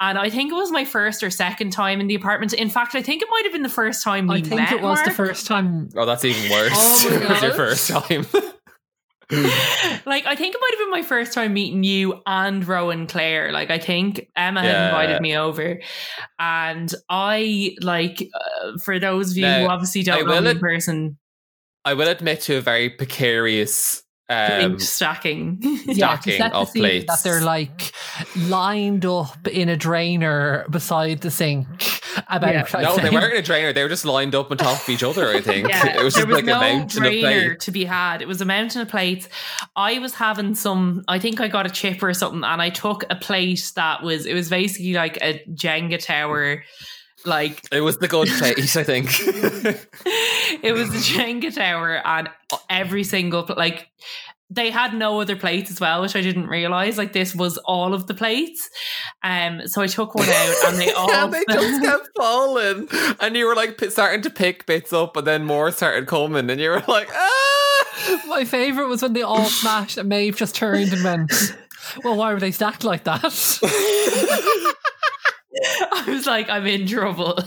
Speaker 2: And I think it was my first or second time in the apartment. In fact, I think it might have been the first time we
Speaker 1: I think
Speaker 2: met
Speaker 1: it was the
Speaker 2: Mark.
Speaker 1: first time
Speaker 3: Oh, that's even worse.
Speaker 1: Oh
Speaker 3: [laughs]
Speaker 1: my
Speaker 3: It was your
Speaker 1: God.
Speaker 3: first time.
Speaker 2: like I think it might have been my first time meeting you and Rowan Clare. Like I think Emma
Speaker 3: Yeah.
Speaker 2: had invited me over, and I like uh, for those of you who
Speaker 3: Now,
Speaker 2: obviously
Speaker 3: I
Speaker 2: don't know
Speaker 3: will
Speaker 2: me in
Speaker 3: ad-
Speaker 2: person,
Speaker 3: I will admit to a very precarious um,
Speaker 2: link stacking. [laughs]
Speaker 1: yeah, 'cause
Speaker 3: stacking
Speaker 1: that's the
Speaker 3: of
Speaker 1: scene
Speaker 3: plates.
Speaker 1: That they're like lined up in a drainer beside the sink. About
Speaker 2: Yeah.
Speaker 1: five
Speaker 3: No, they
Speaker 1: seconds.
Speaker 3: weren't in a drainer. They were just lined up on top of each other. I think
Speaker 2: Yeah,
Speaker 3: it was just
Speaker 2: there was
Speaker 3: like
Speaker 2: no
Speaker 3: a mountain of
Speaker 2: drainer
Speaker 3: plates.
Speaker 2: to be had. It was a mountain of plates. I was having some. I think I got a chip or something, and I took a plate that was. It was basically like a Jenga tower, Like
Speaker 3: It was the good taste, I think.
Speaker 2: [laughs] it was the Jenga tower and every single pl- like they had no other plates as well, which I didn't realize. Like this was all of the plates. Um, so I took one out
Speaker 3: [laughs]
Speaker 2: and they all
Speaker 3: and
Speaker 2: [laughs]
Speaker 3: they just kept falling. And you were like p- starting to pick bits up, but then more started coming, and you were like, ah!
Speaker 1: [laughs]
Speaker 3: [laughs]
Speaker 1: My favorite was when they all smashed and Maeve just turned and went, "Well, why were they stacked like that?" [laughs]
Speaker 2: I was like, I'm in trouble. [laughs]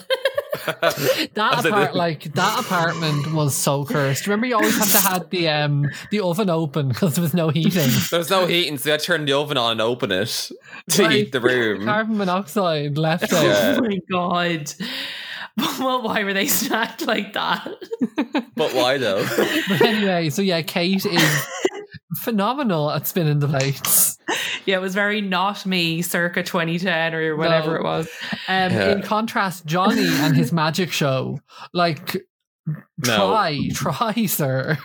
Speaker 1: That
Speaker 3: As it
Speaker 1: apart,
Speaker 3: is.
Speaker 1: like that apartment was so cursed. Remember, you always had to had the um the oven open because there was no heating.
Speaker 3: there was no heating, so I turned the oven on and open it to
Speaker 1: Like,
Speaker 3: heat the room.
Speaker 1: Carbon monoxide left over.
Speaker 3: Yeah.
Speaker 2: Oh my god. [laughs] Well, why were they [laughs] snacked like that?
Speaker 3: But why though?
Speaker 1: But anyway, so yeah, Kate is phenomenal at spinning the plates.
Speaker 2: Yeah, it was very not me circa 2010 or whatever
Speaker 1: No.
Speaker 2: it was. [laughs]
Speaker 1: Um,
Speaker 3: Yeah.
Speaker 1: In contrast, Johnny
Speaker 3: [laughs]
Speaker 1: and his magic show, like
Speaker 3: No.
Speaker 1: try, try, sir.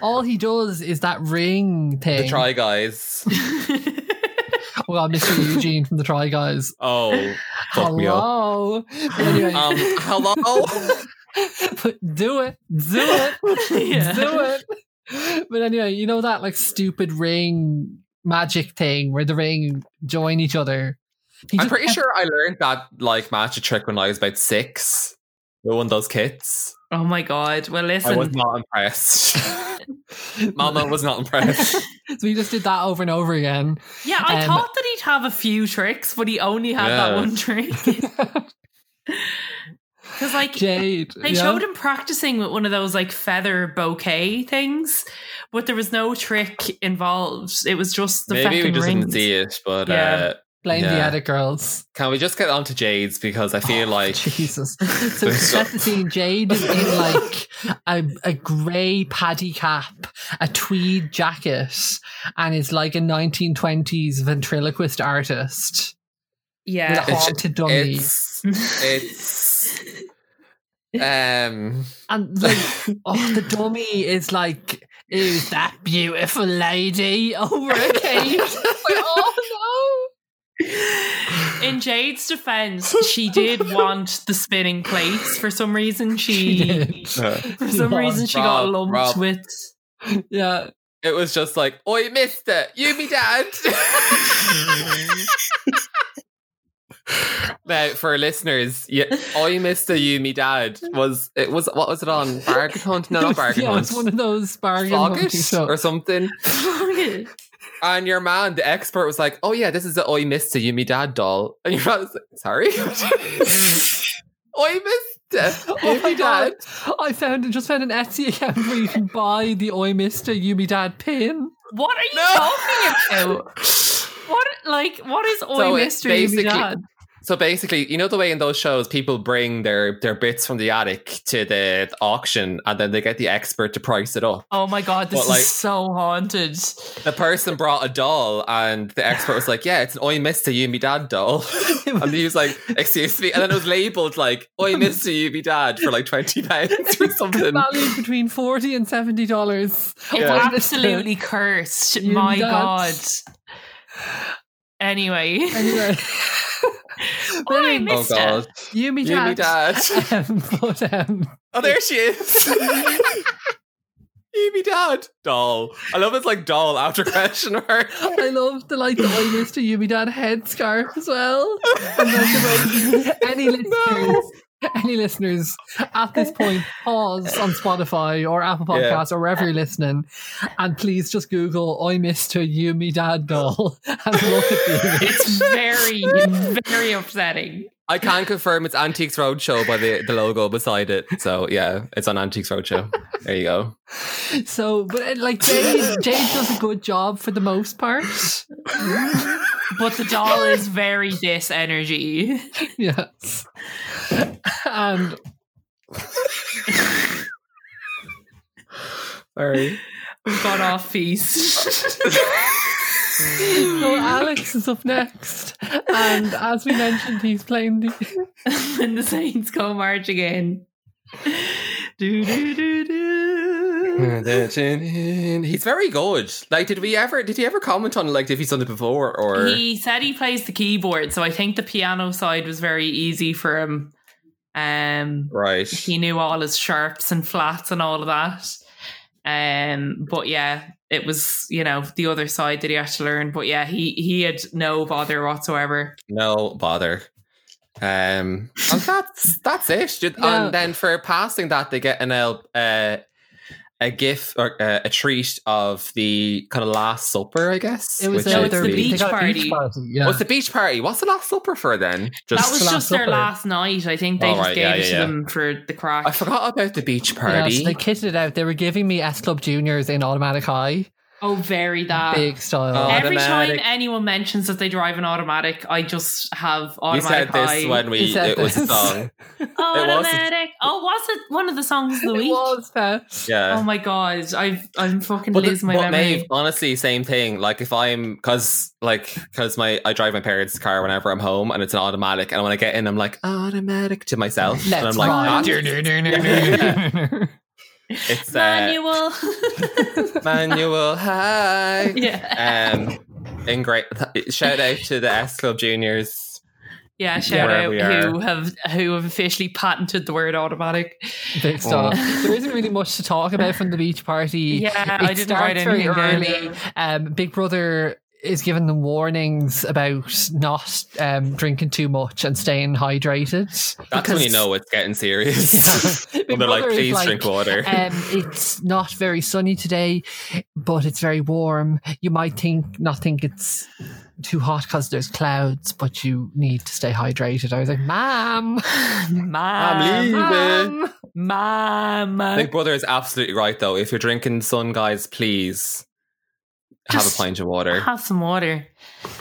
Speaker 1: All he does is that ring thing.
Speaker 3: The Try Guys.
Speaker 1: Oh god, Mr. Eugene from the Try Guys.
Speaker 3: Oh, [laughs] fuck me up.
Speaker 1: Hello. Anyway,
Speaker 3: Um, hello?
Speaker 1: [laughs] but do it, do it.
Speaker 2: Yeah.
Speaker 1: do it. But anyway, you know that like stupid ring magic thing where the ring join each other. He
Speaker 3: I'm
Speaker 1: just
Speaker 3: pretty
Speaker 1: kept-
Speaker 3: sure I learned that like magic trick when I was about six. The one those kits.
Speaker 2: Oh my god. Well,
Speaker 3: I was
Speaker 2: listen.
Speaker 3: not impressed. [laughs] Mama was not
Speaker 2: [laughs]
Speaker 3: impressed.
Speaker 1: So he just did that over and over again.
Speaker 2: Yeah, I
Speaker 1: Um,
Speaker 2: thought that he'd have a few tricks, but he only had that
Speaker 3: Yeah.
Speaker 1: [laughs]
Speaker 2: one trick. Because like
Speaker 1: Jade.
Speaker 2: they
Speaker 1: yeah?
Speaker 2: showed him practicing with one of those like feather bouquet things, but there was no trick involved. It was just the
Speaker 3: Maybe we
Speaker 2: fucking
Speaker 3: just didn't
Speaker 2: rings.
Speaker 3: see it, but
Speaker 2: Yeah.
Speaker 3: uh,
Speaker 1: blame the
Speaker 3: yeah.
Speaker 1: edit girls.
Speaker 3: can we just get on to Jade's because I feel
Speaker 1: Oh,
Speaker 2: [laughs]
Speaker 3: like [laughs]
Speaker 1: Jesus. So to set the scene, Jade is in like a, a grey paddy cap, a tweed jacket, and is like a 1920s ventriloquist artist with a
Speaker 2: Yeah.
Speaker 3: It's-
Speaker 1: haunted dummy.
Speaker 3: it's it's um
Speaker 1: And like,
Speaker 3: [laughs]
Speaker 1: oh, the dummy is like, is that beautiful lady over
Speaker 3: [laughs]
Speaker 1: a cave? oh
Speaker 2: [laughs] In Jade's defense,
Speaker 1: [laughs]
Speaker 2: she did want the spinning plates for some reason. She,
Speaker 1: She did.
Speaker 3: uh,
Speaker 2: for some
Speaker 1: Rob,
Speaker 2: reason she got
Speaker 3: Rob,
Speaker 2: lumped
Speaker 3: Rob.
Speaker 2: with.
Speaker 1: [laughs] no! Yeah,
Speaker 3: it was just like, Oi mister, you me
Speaker 1: [laughs]
Speaker 3: dad Now for listeners, yeah, Oi Mister You Me Dad was it was what was it on? Bargain Hunt? No
Speaker 1: [laughs] It
Speaker 3: not
Speaker 1: was-
Speaker 3: Bargain
Speaker 1: yeah,
Speaker 3: Hunt.
Speaker 1: it's one of those bargain
Speaker 3: Flog
Speaker 1: hunting
Speaker 3: it
Speaker 1: show-
Speaker 3: or something. And your man, the expert, was like, "Oh yeah, this is the Oi Mister You Me Dad doll," and your man was like,
Speaker 1: [laughs]
Speaker 3: "Sorry, [laughs] Oi [laughs] Mister
Speaker 1: Oh
Speaker 3: You
Speaker 1: my
Speaker 3: Me Dad."
Speaker 1: god! I found just found an Etsy account where you can buy the Oi Mister Yumi Dad pin.
Speaker 2: What are you
Speaker 3: No.
Speaker 1: [laughs]
Speaker 2: talking about?
Speaker 3: [laughs]
Speaker 2: What like what is Oi
Speaker 3: So it
Speaker 2: Mystery
Speaker 3: basically-
Speaker 2: Dad?
Speaker 3: So basically, you know the way in those shows, people bring their their bits from the attic to the auction, and then they get the expert to price it up.
Speaker 2: Oh my god, this
Speaker 3: But, like-
Speaker 2: is so haunted.
Speaker 3: The person brought a doll, and the expert was like, "Yeah, it's an Oi Mister You Me Dad doll," [laughs]
Speaker 1: [laughs]
Speaker 3: and he was like, "Excuse me," and then it was labeled like Oi Mister You Me Dad for like twenty pounds or something.
Speaker 1: Valued between forty and seventy dollars.
Speaker 2: It's
Speaker 3: Yeah.
Speaker 2: [laughs] absolutely cursed.
Speaker 1: You
Speaker 2: my
Speaker 1: nuts.
Speaker 2: god. Anyway.
Speaker 1: Anyway,
Speaker 2: Oi,
Speaker 1: Brilliant.
Speaker 3: Oh
Speaker 2: mister.
Speaker 3: god,
Speaker 1: Yumi
Speaker 3: You Me
Speaker 1: Dad.
Speaker 3: Dad. [laughs]
Speaker 1: Um, [laughs] but um,
Speaker 3: Oh, there she is. [laughs] you be dad. Doll. I love it's like doll after question mark.
Speaker 1: I love the like the Oi Mister Yumi Dad headscarf as well. And that's about- any listeners, any listeners at this point, pause on Spotify or Apple
Speaker 3: Yeah.
Speaker 1: Podcasts or wherever you're listening, and please just Google "Oi Mister Yumi Dad doll" [laughs] and look at
Speaker 2: [laughs]
Speaker 1: the
Speaker 2: [laughs] It's very, very upsetting.
Speaker 3: I can confirm it's Antiques Roadshow by the, the logo beside it. So yeah, it's on Antiques Roadshow. There you go.
Speaker 1: image. So, but uh, like Jade, Jade does a good job for the most part. [laughs]
Speaker 2: But the doll is very this energy.
Speaker 1: Yes, and
Speaker 3: Sorry.
Speaker 2: We've got off [laughs] feast.
Speaker 1: so Alex is up next, and as we mentioned, he's playing the.
Speaker 2: when the Saints go march again. Do do do do.
Speaker 3: He's very good. Like, did we ever? Did he ever comment on like if he's done it before or?
Speaker 2: He said he plays the keyboard, so I think the piano side was very easy for him. Um,
Speaker 3: Right.
Speaker 2: he knew all his sharps and flats and all of that. Um, but yeah, it was you know the other side that he had to learn. But yeah, he he had no bother whatsoever.
Speaker 3: No bother. Um, and that's that's it. Ju-
Speaker 1: No.
Speaker 3: And then for passing that, they get an L, uh, a gift or uh, a treat of the kind of Last Supper, I guess.
Speaker 1: It was
Speaker 3: which
Speaker 2: no,
Speaker 1: uh,
Speaker 3: is
Speaker 2: it's the
Speaker 1: they
Speaker 2: beach
Speaker 1: got a
Speaker 2: party.
Speaker 1: Yeah.
Speaker 3: What's the beach party? What's the Last Supper for then? Just
Speaker 2: that was
Speaker 1: the last
Speaker 2: just their
Speaker 1: supper.
Speaker 2: last night. I think they
Speaker 3: All
Speaker 2: just
Speaker 3: right,
Speaker 2: gave
Speaker 3: yeah,
Speaker 2: it
Speaker 3: yeah,
Speaker 2: to
Speaker 3: yeah.
Speaker 2: them for the crack.
Speaker 3: I forgot about the beach
Speaker 1: Yeah,
Speaker 3: party.
Speaker 1: so they kitted it out. They were giving me S Club Juniors in automatic high,
Speaker 2: Oh, very that.
Speaker 1: big style.
Speaker 3: Oh,
Speaker 2: Every time
Speaker 3: Automatic.
Speaker 2: anyone mentions that they drive an automatic, I just have
Speaker 3: you said
Speaker 2: automatic.
Speaker 3: this
Speaker 2: high.
Speaker 3: when we
Speaker 1: [laughs] You said
Speaker 3: it was a
Speaker 1: this. Oh, [laughs]
Speaker 3: song.
Speaker 2: automatic. Oh, was it one of the songs of the
Speaker 1: it
Speaker 2: week?
Speaker 1: was uh, that.
Speaker 2: Oh
Speaker 3: Yeah.
Speaker 2: my god, I've I'm fucking
Speaker 3: But, the-
Speaker 2: lose my
Speaker 3: but
Speaker 2: memory.
Speaker 3: Maeve, honestly, same thing. Like if I'm, cause like, cause my I drive my parents' car whenever I'm home, and it's an automatic. And when I get in, I'm like automatic to myself, and I'm
Speaker 1: Let's
Speaker 3: like,
Speaker 1: ride.
Speaker 3: "That's- it's uh,
Speaker 2: Manual. [laughs]
Speaker 3: [laughs] manual high.
Speaker 2: [laughs] yeah.
Speaker 3: Um, and great shout out to the S Club Juniors.
Speaker 2: Yeah, shout
Speaker 3: Where
Speaker 2: out
Speaker 3: we are.
Speaker 2: who have who have officially patented the word automatic.
Speaker 1: Big style.
Speaker 3: Oh.
Speaker 1: There isn't really much to talk about from the beach party.
Speaker 2: Yeah, I
Speaker 1: it
Speaker 2: didn't write
Speaker 1: starts very
Speaker 2: anything down.
Speaker 1: early. Um, Big Brother is giving them warnings about not um, drinking too much and staying hydrated.
Speaker 3: [laughs] That's when you know it's getting
Speaker 1: [laughs]
Speaker 3: serious. [laughs]
Speaker 1: Yeah.
Speaker 3: when
Speaker 1: Big
Speaker 3: they're like,
Speaker 1: Brother is
Speaker 3: please drink water.
Speaker 1: um, it's not very sunny today, but it's very warm. You might think not think it's too hot because there's clouds, but you need to stay hydrated. I was like, "Ma'am,
Speaker 2: [laughs]
Speaker 3: I'm
Speaker 2: Mom,
Speaker 3: leaving.
Speaker 1: ma'am."
Speaker 2: mom.
Speaker 3: Big Brother is absolutely right, though. If you're drinking sun, guys, please have a
Speaker 2: Just
Speaker 3: pint of water.
Speaker 2: Have some water.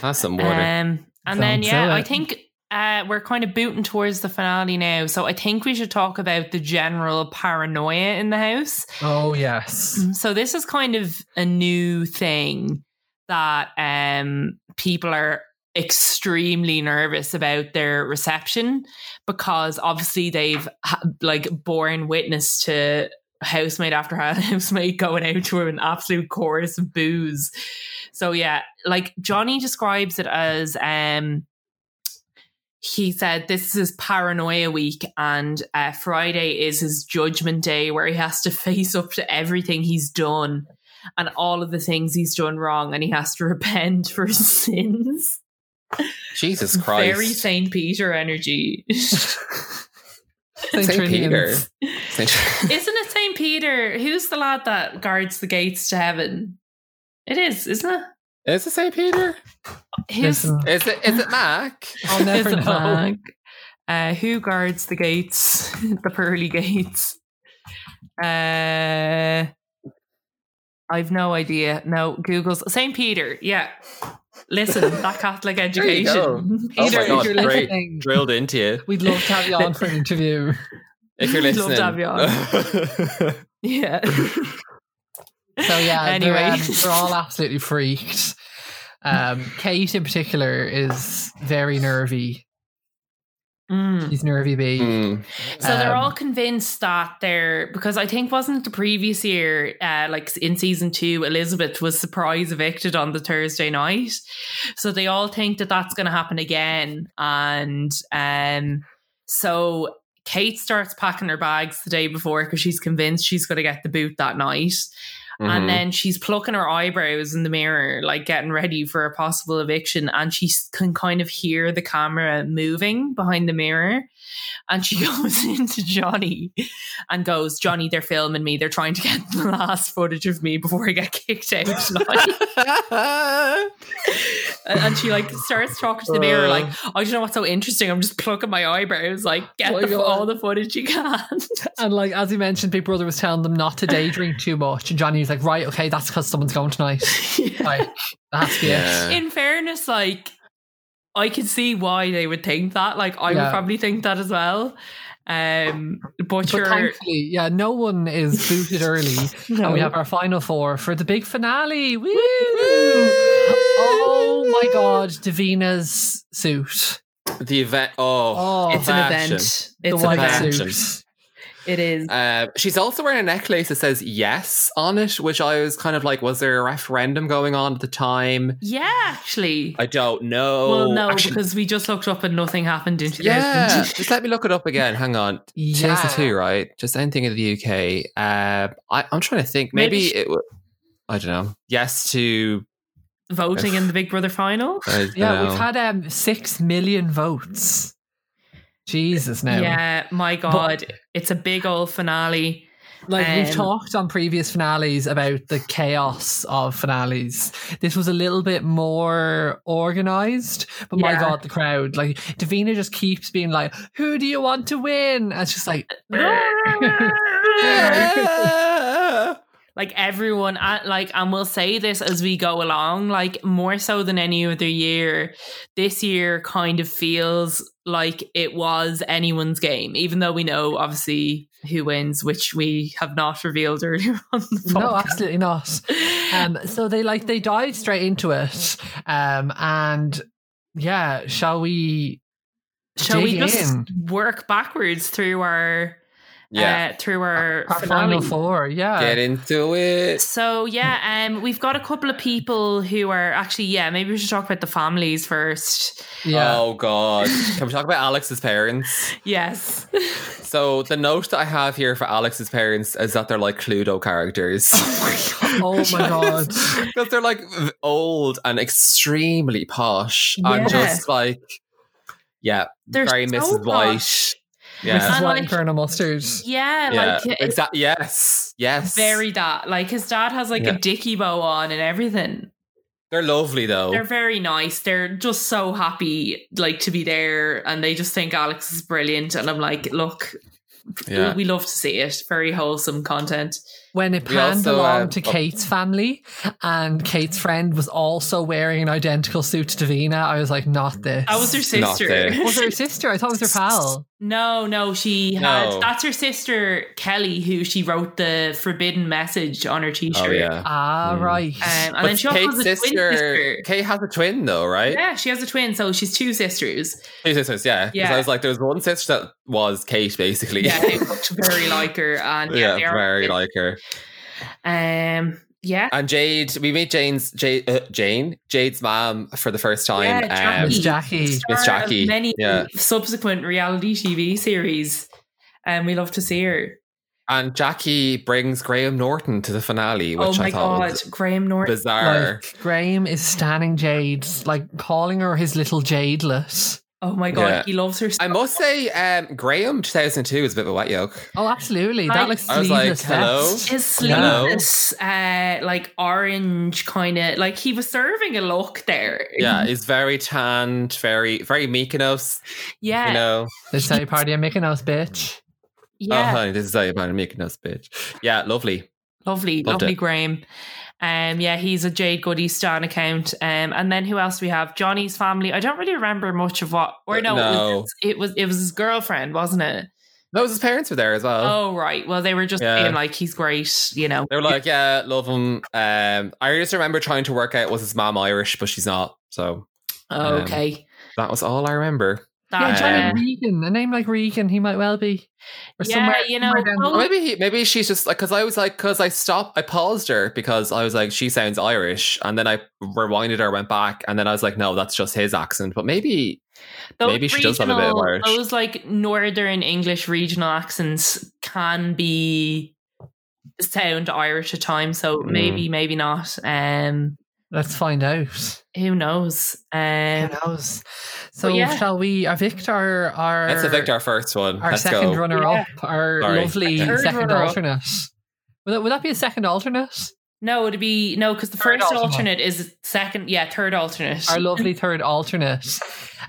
Speaker 3: Have some water.
Speaker 2: Um, and then
Speaker 1: Sounds
Speaker 2: yeah,
Speaker 1: silly.
Speaker 2: I think uh, we're kind of booting towards the finale now, so I think we should talk about the general paranoia in the house.
Speaker 1: Oh yes,
Speaker 2: Mm-hmm. So this is kind of a new thing that um people are extremely nervous about their reception because obviously they've ha- like borne witness to housemate after [laughs] housemate going out to an absolute chorus of booze. So yeah, like Johnny describes it as um he said this is his paranoia week and uh, friday is his judgment day where he has to [laughs] face up to everything he's done and all of the things he's done wrong and he has to [laughs] repent for his sins
Speaker 3: Jesus
Speaker 2: very
Speaker 3: Christ.
Speaker 2: saint peter energy isn't
Speaker 3: Saint Peter.
Speaker 1: Trillions.
Speaker 3: Saint-
Speaker 2: it saint peter who's the lad that guards the gates to heaven it is isn't it
Speaker 3: is it Saint Peter?
Speaker 2: who's
Speaker 1: Listen,
Speaker 3: Is it? Is it Mac?
Speaker 1: I'll never [laughs]
Speaker 2: is it
Speaker 1: know.
Speaker 2: Mag? Uh, who guards the gates, [laughs] the pearly gates? Uh, I've no idea. No, Google's Saint Peter. Yeah, listen,
Speaker 3: [laughs]
Speaker 2: that Catholic
Speaker 3: you go.
Speaker 2: education.
Speaker 3: Oh my
Speaker 2: Peter,
Speaker 3: God,
Speaker 2: if you're
Speaker 3: great.
Speaker 2: listening,
Speaker 1: listening,
Speaker 3: Drilled into you.
Speaker 1: we'd love to have you on for an interview.
Speaker 3: If you're
Speaker 2: [laughs] Love
Speaker 3: listening.
Speaker 2: to have
Speaker 3: [laughs]
Speaker 2: you [laughs] yeah,
Speaker 1: So yeah, anyway, they're, um,
Speaker 2: Anyway.
Speaker 1: they're all absolutely freaked. Um, Kate in particular is very nervy.
Speaker 2: Mm.
Speaker 1: She's nervy, bee.
Speaker 3: Mm.
Speaker 2: So they're
Speaker 1: Um,
Speaker 2: all convinced that they're because I think wasn't the previous year, uh, like in season two, Elizabeth was surprise evicted on the Thursday night. So they all think that that's going to happen again, and um, so Kate starts packing her bags the day before because she's convinced she's going to get the boot that night,
Speaker 3: Mhm.
Speaker 1: Mm-hmm.
Speaker 3: [laughs]
Speaker 2: and then she's plucking her eyebrows in the mirror, like getting ready for a possible eviction, and she s- can kind of hear the camera moving behind the mirror and she [laughs] goes into Johnny and goes, Johnny, they're filming me. They're trying to get the last footage of me before I get
Speaker 1: [laughs]
Speaker 2: kicked out tonight. and and she like starts talking to the
Speaker 1: Uh.
Speaker 2: mirror, like, I don't know what's so interesting. I'm just plucking my eyebrows, like, get
Speaker 1: Oh my
Speaker 2: the,
Speaker 1: God.
Speaker 2: all the footage
Speaker 1: [laughs]
Speaker 2: you can.
Speaker 1: And like as you mentioned, Big Brother was telling them not to day drink too much. And Johnny's like, right, okay, that's because someone's going tonight. Like that's it.
Speaker 3: Yeah.
Speaker 2: In fairness, like, I can see why they would think that. Like, I
Speaker 1: Yeah.
Speaker 2: would probably think that as well. Um, but,
Speaker 1: But
Speaker 2: you're.
Speaker 1: thankfully, yeah, no one is booted early, and we have our final four for the big finale. Woo! Oh my God, Davina's suit,
Speaker 3: the event. Oh,
Speaker 1: Oh,
Speaker 2: it's an
Speaker 3: fashion.
Speaker 2: event. It's
Speaker 1: the
Speaker 2: Oh, an
Speaker 1: white
Speaker 2: event.
Speaker 3: fashion.
Speaker 1: suit.
Speaker 2: It is.
Speaker 3: Uh, she's also wearing a necklace that says yes on it, which I was kind of like, was there a referendum going on at the time?
Speaker 2: Yeah, actually.
Speaker 3: I don't know.
Speaker 2: well, no,
Speaker 3: Actually,
Speaker 2: because we just looked up and nothing happened in
Speaker 3: [laughs]
Speaker 1: [laughs]
Speaker 2: 2000.
Speaker 3: yeah, just let me look it up again. Hang on.
Speaker 1: Yeah.
Speaker 3: 2002, right? Just anything in the UK. Uh, I, I'm trying to think. Maybe,
Speaker 2: Maybe
Speaker 3: it w- I don't know. Yes to.
Speaker 2: [laughs] Voting in the Big Brother final.
Speaker 3: I
Speaker 1: Yeah,
Speaker 3: don't
Speaker 1: we've
Speaker 3: know. [laughs]
Speaker 1: had um six million votes. Jesus, now.
Speaker 2: Yeah, my God. it's a big old finale. [laughs]
Speaker 1: Like we've
Speaker 2: Um,
Speaker 1: talked on previous finales about the chaos of finales. This was a little bit more organized, but my
Speaker 2: Yeah.
Speaker 1: god, the crowd! Like Davina just keeps being like, "Who do you want to win?" And it's just
Speaker 2: [laughs]
Speaker 1: like,
Speaker 2: like everyone uh, like and we'll say this as we go along like more so than any other year this year kind of feels like it was anyone's game even though we know obviously who wins which we have not revealed earlier [laughs] on the
Speaker 1: "No,
Speaker 2: podcast.
Speaker 1: absolutely not." Um, so they like they dive straight into it, um, and yeah, shall we?
Speaker 2: shall we
Speaker 1: dig
Speaker 2: just
Speaker 1: in.
Speaker 2: work backwards through our
Speaker 3: yeah.
Speaker 2: uh, through our,
Speaker 1: Our
Speaker 2: finale?
Speaker 1: final four, yeah.
Speaker 3: Get into it.
Speaker 2: So yeah, um, we've got a couple of people who are actually yeah. Maybe we should talk about the families first.
Speaker 1: Yeah.
Speaker 3: Oh God! Can we talk
Speaker 1: [laughs]
Speaker 3: about Alex's parents?
Speaker 2: Yes, [laughs]
Speaker 3: So the note that I have here for Alex's parents is that they're like Cluedo characters.
Speaker 2: [laughs]
Speaker 1: Oh my god.
Speaker 3: because they're like v- old and extremely posh and
Speaker 2: Yeah.
Speaker 3: just like yeah,
Speaker 2: They're
Speaker 3: very
Speaker 2: so
Speaker 3: Mrs.
Speaker 2: posh.
Speaker 3: White. Yeah,
Speaker 1: Mrs.
Speaker 2: And,
Speaker 1: White and
Speaker 2: like-
Speaker 1: Colonel Mustard.
Speaker 2: yeah,
Speaker 3: yeah,
Speaker 2: like it's
Speaker 3: exactly. Yes, yes.
Speaker 2: very that. Like his dad has like
Speaker 3: Yeah.
Speaker 2: a dicky bow on and everything.
Speaker 3: They're lovely though.
Speaker 2: They're very nice. They're just so happy like to be there, and they just think Alex is brilliant. And I'm like, look,
Speaker 3: yeah.
Speaker 2: we love to see it. Very wholesome content.
Speaker 1: when it
Speaker 3: We
Speaker 1: panned
Speaker 3: also,
Speaker 1: along
Speaker 3: um,
Speaker 1: to
Speaker 3: oh.
Speaker 1: Kate's family, and Kate's friend was also wearing an identical suit to Davina. I was like, not this.
Speaker 2: That Oh, was her
Speaker 3: Not
Speaker 2: sister.
Speaker 3: there.
Speaker 1: [laughs] Was her sister? I thought it was her pal.
Speaker 2: [laughs] No, no, she had.
Speaker 3: No.
Speaker 2: That's her sister Kelly, who she wrote the forbidden message on her t-shirt.
Speaker 3: Oh yeah.
Speaker 1: Ah,
Speaker 3: Hmm.
Speaker 1: right.
Speaker 2: Um, and
Speaker 3: But
Speaker 2: then she also
Speaker 3: Kate's
Speaker 2: has a twin sister.
Speaker 3: sister, Kate has a twin though, right?
Speaker 2: Yeah, she has a twin, so she's two sisters.
Speaker 3: Two sisters, yeah. 'Cause
Speaker 2: Yeah.
Speaker 3: I was like, there was one sister that was Kate, basically.
Speaker 2: Yeah,
Speaker 3: [laughs]
Speaker 2: they looked very like her, and yeah,
Speaker 3: yeah,
Speaker 2: they are
Speaker 3: very like her.
Speaker 2: Um, yeah,
Speaker 3: And Jade, we meet Jane's Jade, uh, Jane, Jade's mom for the first time.
Speaker 2: Yeah,
Speaker 3: um,
Speaker 1: Miss
Speaker 2: Jackie.
Speaker 1: Jackie.
Speaker 2: Star of
Speaker 3: Jackie,
Speaker 2: Many
Speaker 3: yeah.
Speaker 2: subsequent reality TV series, and we love to see her.
Speaker 3: and Jackie brings Graham Norton to the finale,
Speaker 2: Oh
Speaker 3: which
Speaker 2: my
Speaker 3: I thought
Speaker 2: god,
Speaker 3: was
Speaker 2: Graham Norton.
Speaker 3: bizarre.
Speaker 1: Like Graham is standing Jade, like calling her his little Jadelet.
Speaker 2: Oh my god,
Speaker 3: Yeah.
Speaker 2: he loves her. So
Speaker 3: I must say, um, Graham 2002 is a bit of a wet yoke.
Speaker 1: Oh, absolutely. That
Speaker 2: Like-
Speaker 1: looks
Speaker 3: I was like,
Speaker 1: sleeveless.
Speaker 3: hello?
Speaker 1: vest.
Speaker 2: his
Speaker 3: Hello.
Speaker 2: sleeveless, uh, like orange kind of like he was serving a look there.
Speaker 3: Yeah, he's very tanned, very, very Mykonos,
Speaker 2: [laughs] yeah,
Speaker 3: you know.
Speaker 1: This is how you party in Mykonos, bitch.
Speaker 2: yeah.
Speaker 3: Oh, honey, this is how you find a Mykonos, bitch. Yeah, lovely.
Speaker 2: Lovely,
Speaker 3: Loved
Speaker 2: lovely
Speaker 3: it.
Speaker 2: Graham. Um, yeah, he's a Jade Goody Stan account. Um, and then who else we have? Johnny's family. I don't really remember much of what. Or no,
Speaker 3: No.
Speaker 2: It, was, it was it was his girlfriend, wasn't it?
Speaker 3: Those his parents were there as well.
Speaker 2: Oh, right. Well, they were just
Speaker 3: Yeah.
Speaker 2: saying like he's great, you know.
Speaker 3: They were like, yeah, love him. Um, I just remember trying to work out was his mom Irish, but she's not. So Um,
Speaker 2: Oh, okay,
Speaker 3: that was all I remember.
Speaker 1: Yeah,
Speaker 2: that,
Speaker 1: Johnny
Speaker 2: uh,
Speaker 1: Regan. A name like Regan, he might well be. Or
Speaker 2: Yeah,
Speaker 1: somewhere,
Speaker 2: you know,
Speaker 1: somewhere down the-
Speaker 3: Or maybe he, maybe she's just like because I was like because I stopped I paused her because I was like she sounds Irish and then I rewinded her went back and then I was like no that's just his accent but maybe
Speaker 2: those
Speaker 3: maybe she does have a bit of
Speaker 2: regional-
Speaker 3: Irish.
Speaker 2: Those like northern English regional accents can be sound Irish at times, so
Speaker 3: Mm.
Speaker 2: maybe, maybe not. Um,
Speaker 1: Let's find out.
Speaker 2: who knows? Um,
Speaker 1: Who knows? So
Speaker 2: yeah.
Speaker 1: shall we? Our Victor, our
Speaker 3: let's evict our first one
Speaker 1: our
Speaker 3: let's
Speaker 1: second
Speaker 3: go
Speaker 1: runner
Speaker 2: Yeah.
Speaker 1: up, our
Speaker 3: Sorry.
Speaker 1: lovely
Speaker 3: Third
Speaker 1: second
Speaker 2: runner-up.
Speaker 1: alternate. Would that, would that be a second alternate?
Speaker 2: No, it'd be no, because the
Speaker 1: Third
Speaker 2: first
Speaker 1: alternate.
Speaker 2: alternate. is second, yeah, third alternate.
Speaker 1: Our lovely third alternate,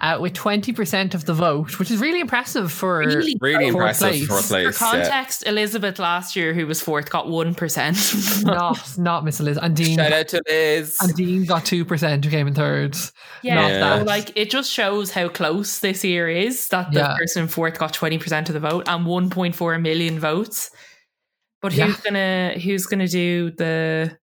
Speaker 1: uh, with twenty percent of the vote, which is really impressive for.
Speaker 2: Really?
Speaker 3: really
Speaker 1: Fourth
Speaker 3: impressive
Speaker 1: place.
Speaker 3: for a
Speaker 2: For
Speaker 3: place yeah.
Speaker 2: context, Elizabeth last year, who was fourth, got one [laughs] percent.
Speaker 1: Not not Miss Elizabeth and Dean.
Speaker 3: shout out to Liz
Speaker 1: And Dean got two percent, who came in third.
Speaker 2: yeah,
Speaker 3: Yeah.
Speaker 2: so like it just shows how close this year is that the
Speaker 1: Yeah.
Speaker 2: person in fourth got twenty percent of the vote and one point four million votes. But
Speaker 1: Yeah.
Speaker 2: who's gonna who's gonna do the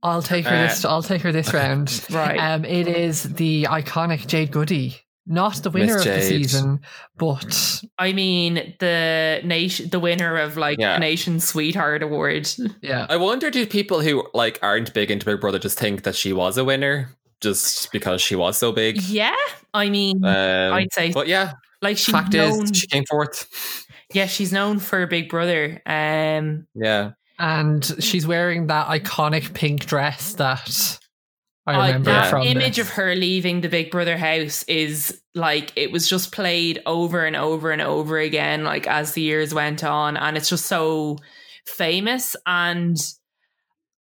Speaker 1: I'll take her
Speaker 3: Uh, [laughs]
Speaker 1: this. I'll take her this round.
Speaker 2: right?
Speaker 1: Um, it is the iconic Jade Goody. Not the winner
Speaker 3: Miss
Speaker 1: of the
Speaker 3: Jade.
Speaker 1: season, but
Speaker 2: I mean, the nation, the winner of like
Speaker 3: Yeah.
Speaker 2: the Nation's Sweetheart Award.
Speaker 1: yeah.
Speaker 3: I wonder do people who like aren't big into Big Brother just think that she was a winner just because she was so big?
Speaker 2: Yeah, I mean,
Speaker 3: Um,
Speaker 2: I'd say
Speaker 3: but yeah,
Speaker 2: like she's
Speaker 3: fact
Speaker 2: known.
Speaker 3: is she came fourth.
Speaker 2: yeah, she's known for Big Brother. Um,
Speaker 3: Yeah,
Speaker 1: And she's wearing that iconic pink dress that I
Speaker 2: like,
Speaker 1: remember
Speaker 2: that
Speaker 1: from
Speaker 2: image
Speaker 1: this.
Speaker 2: of her leaving the Big Brother house is like it was just played over and over and over again, like as the years went on, and it's just so famous. And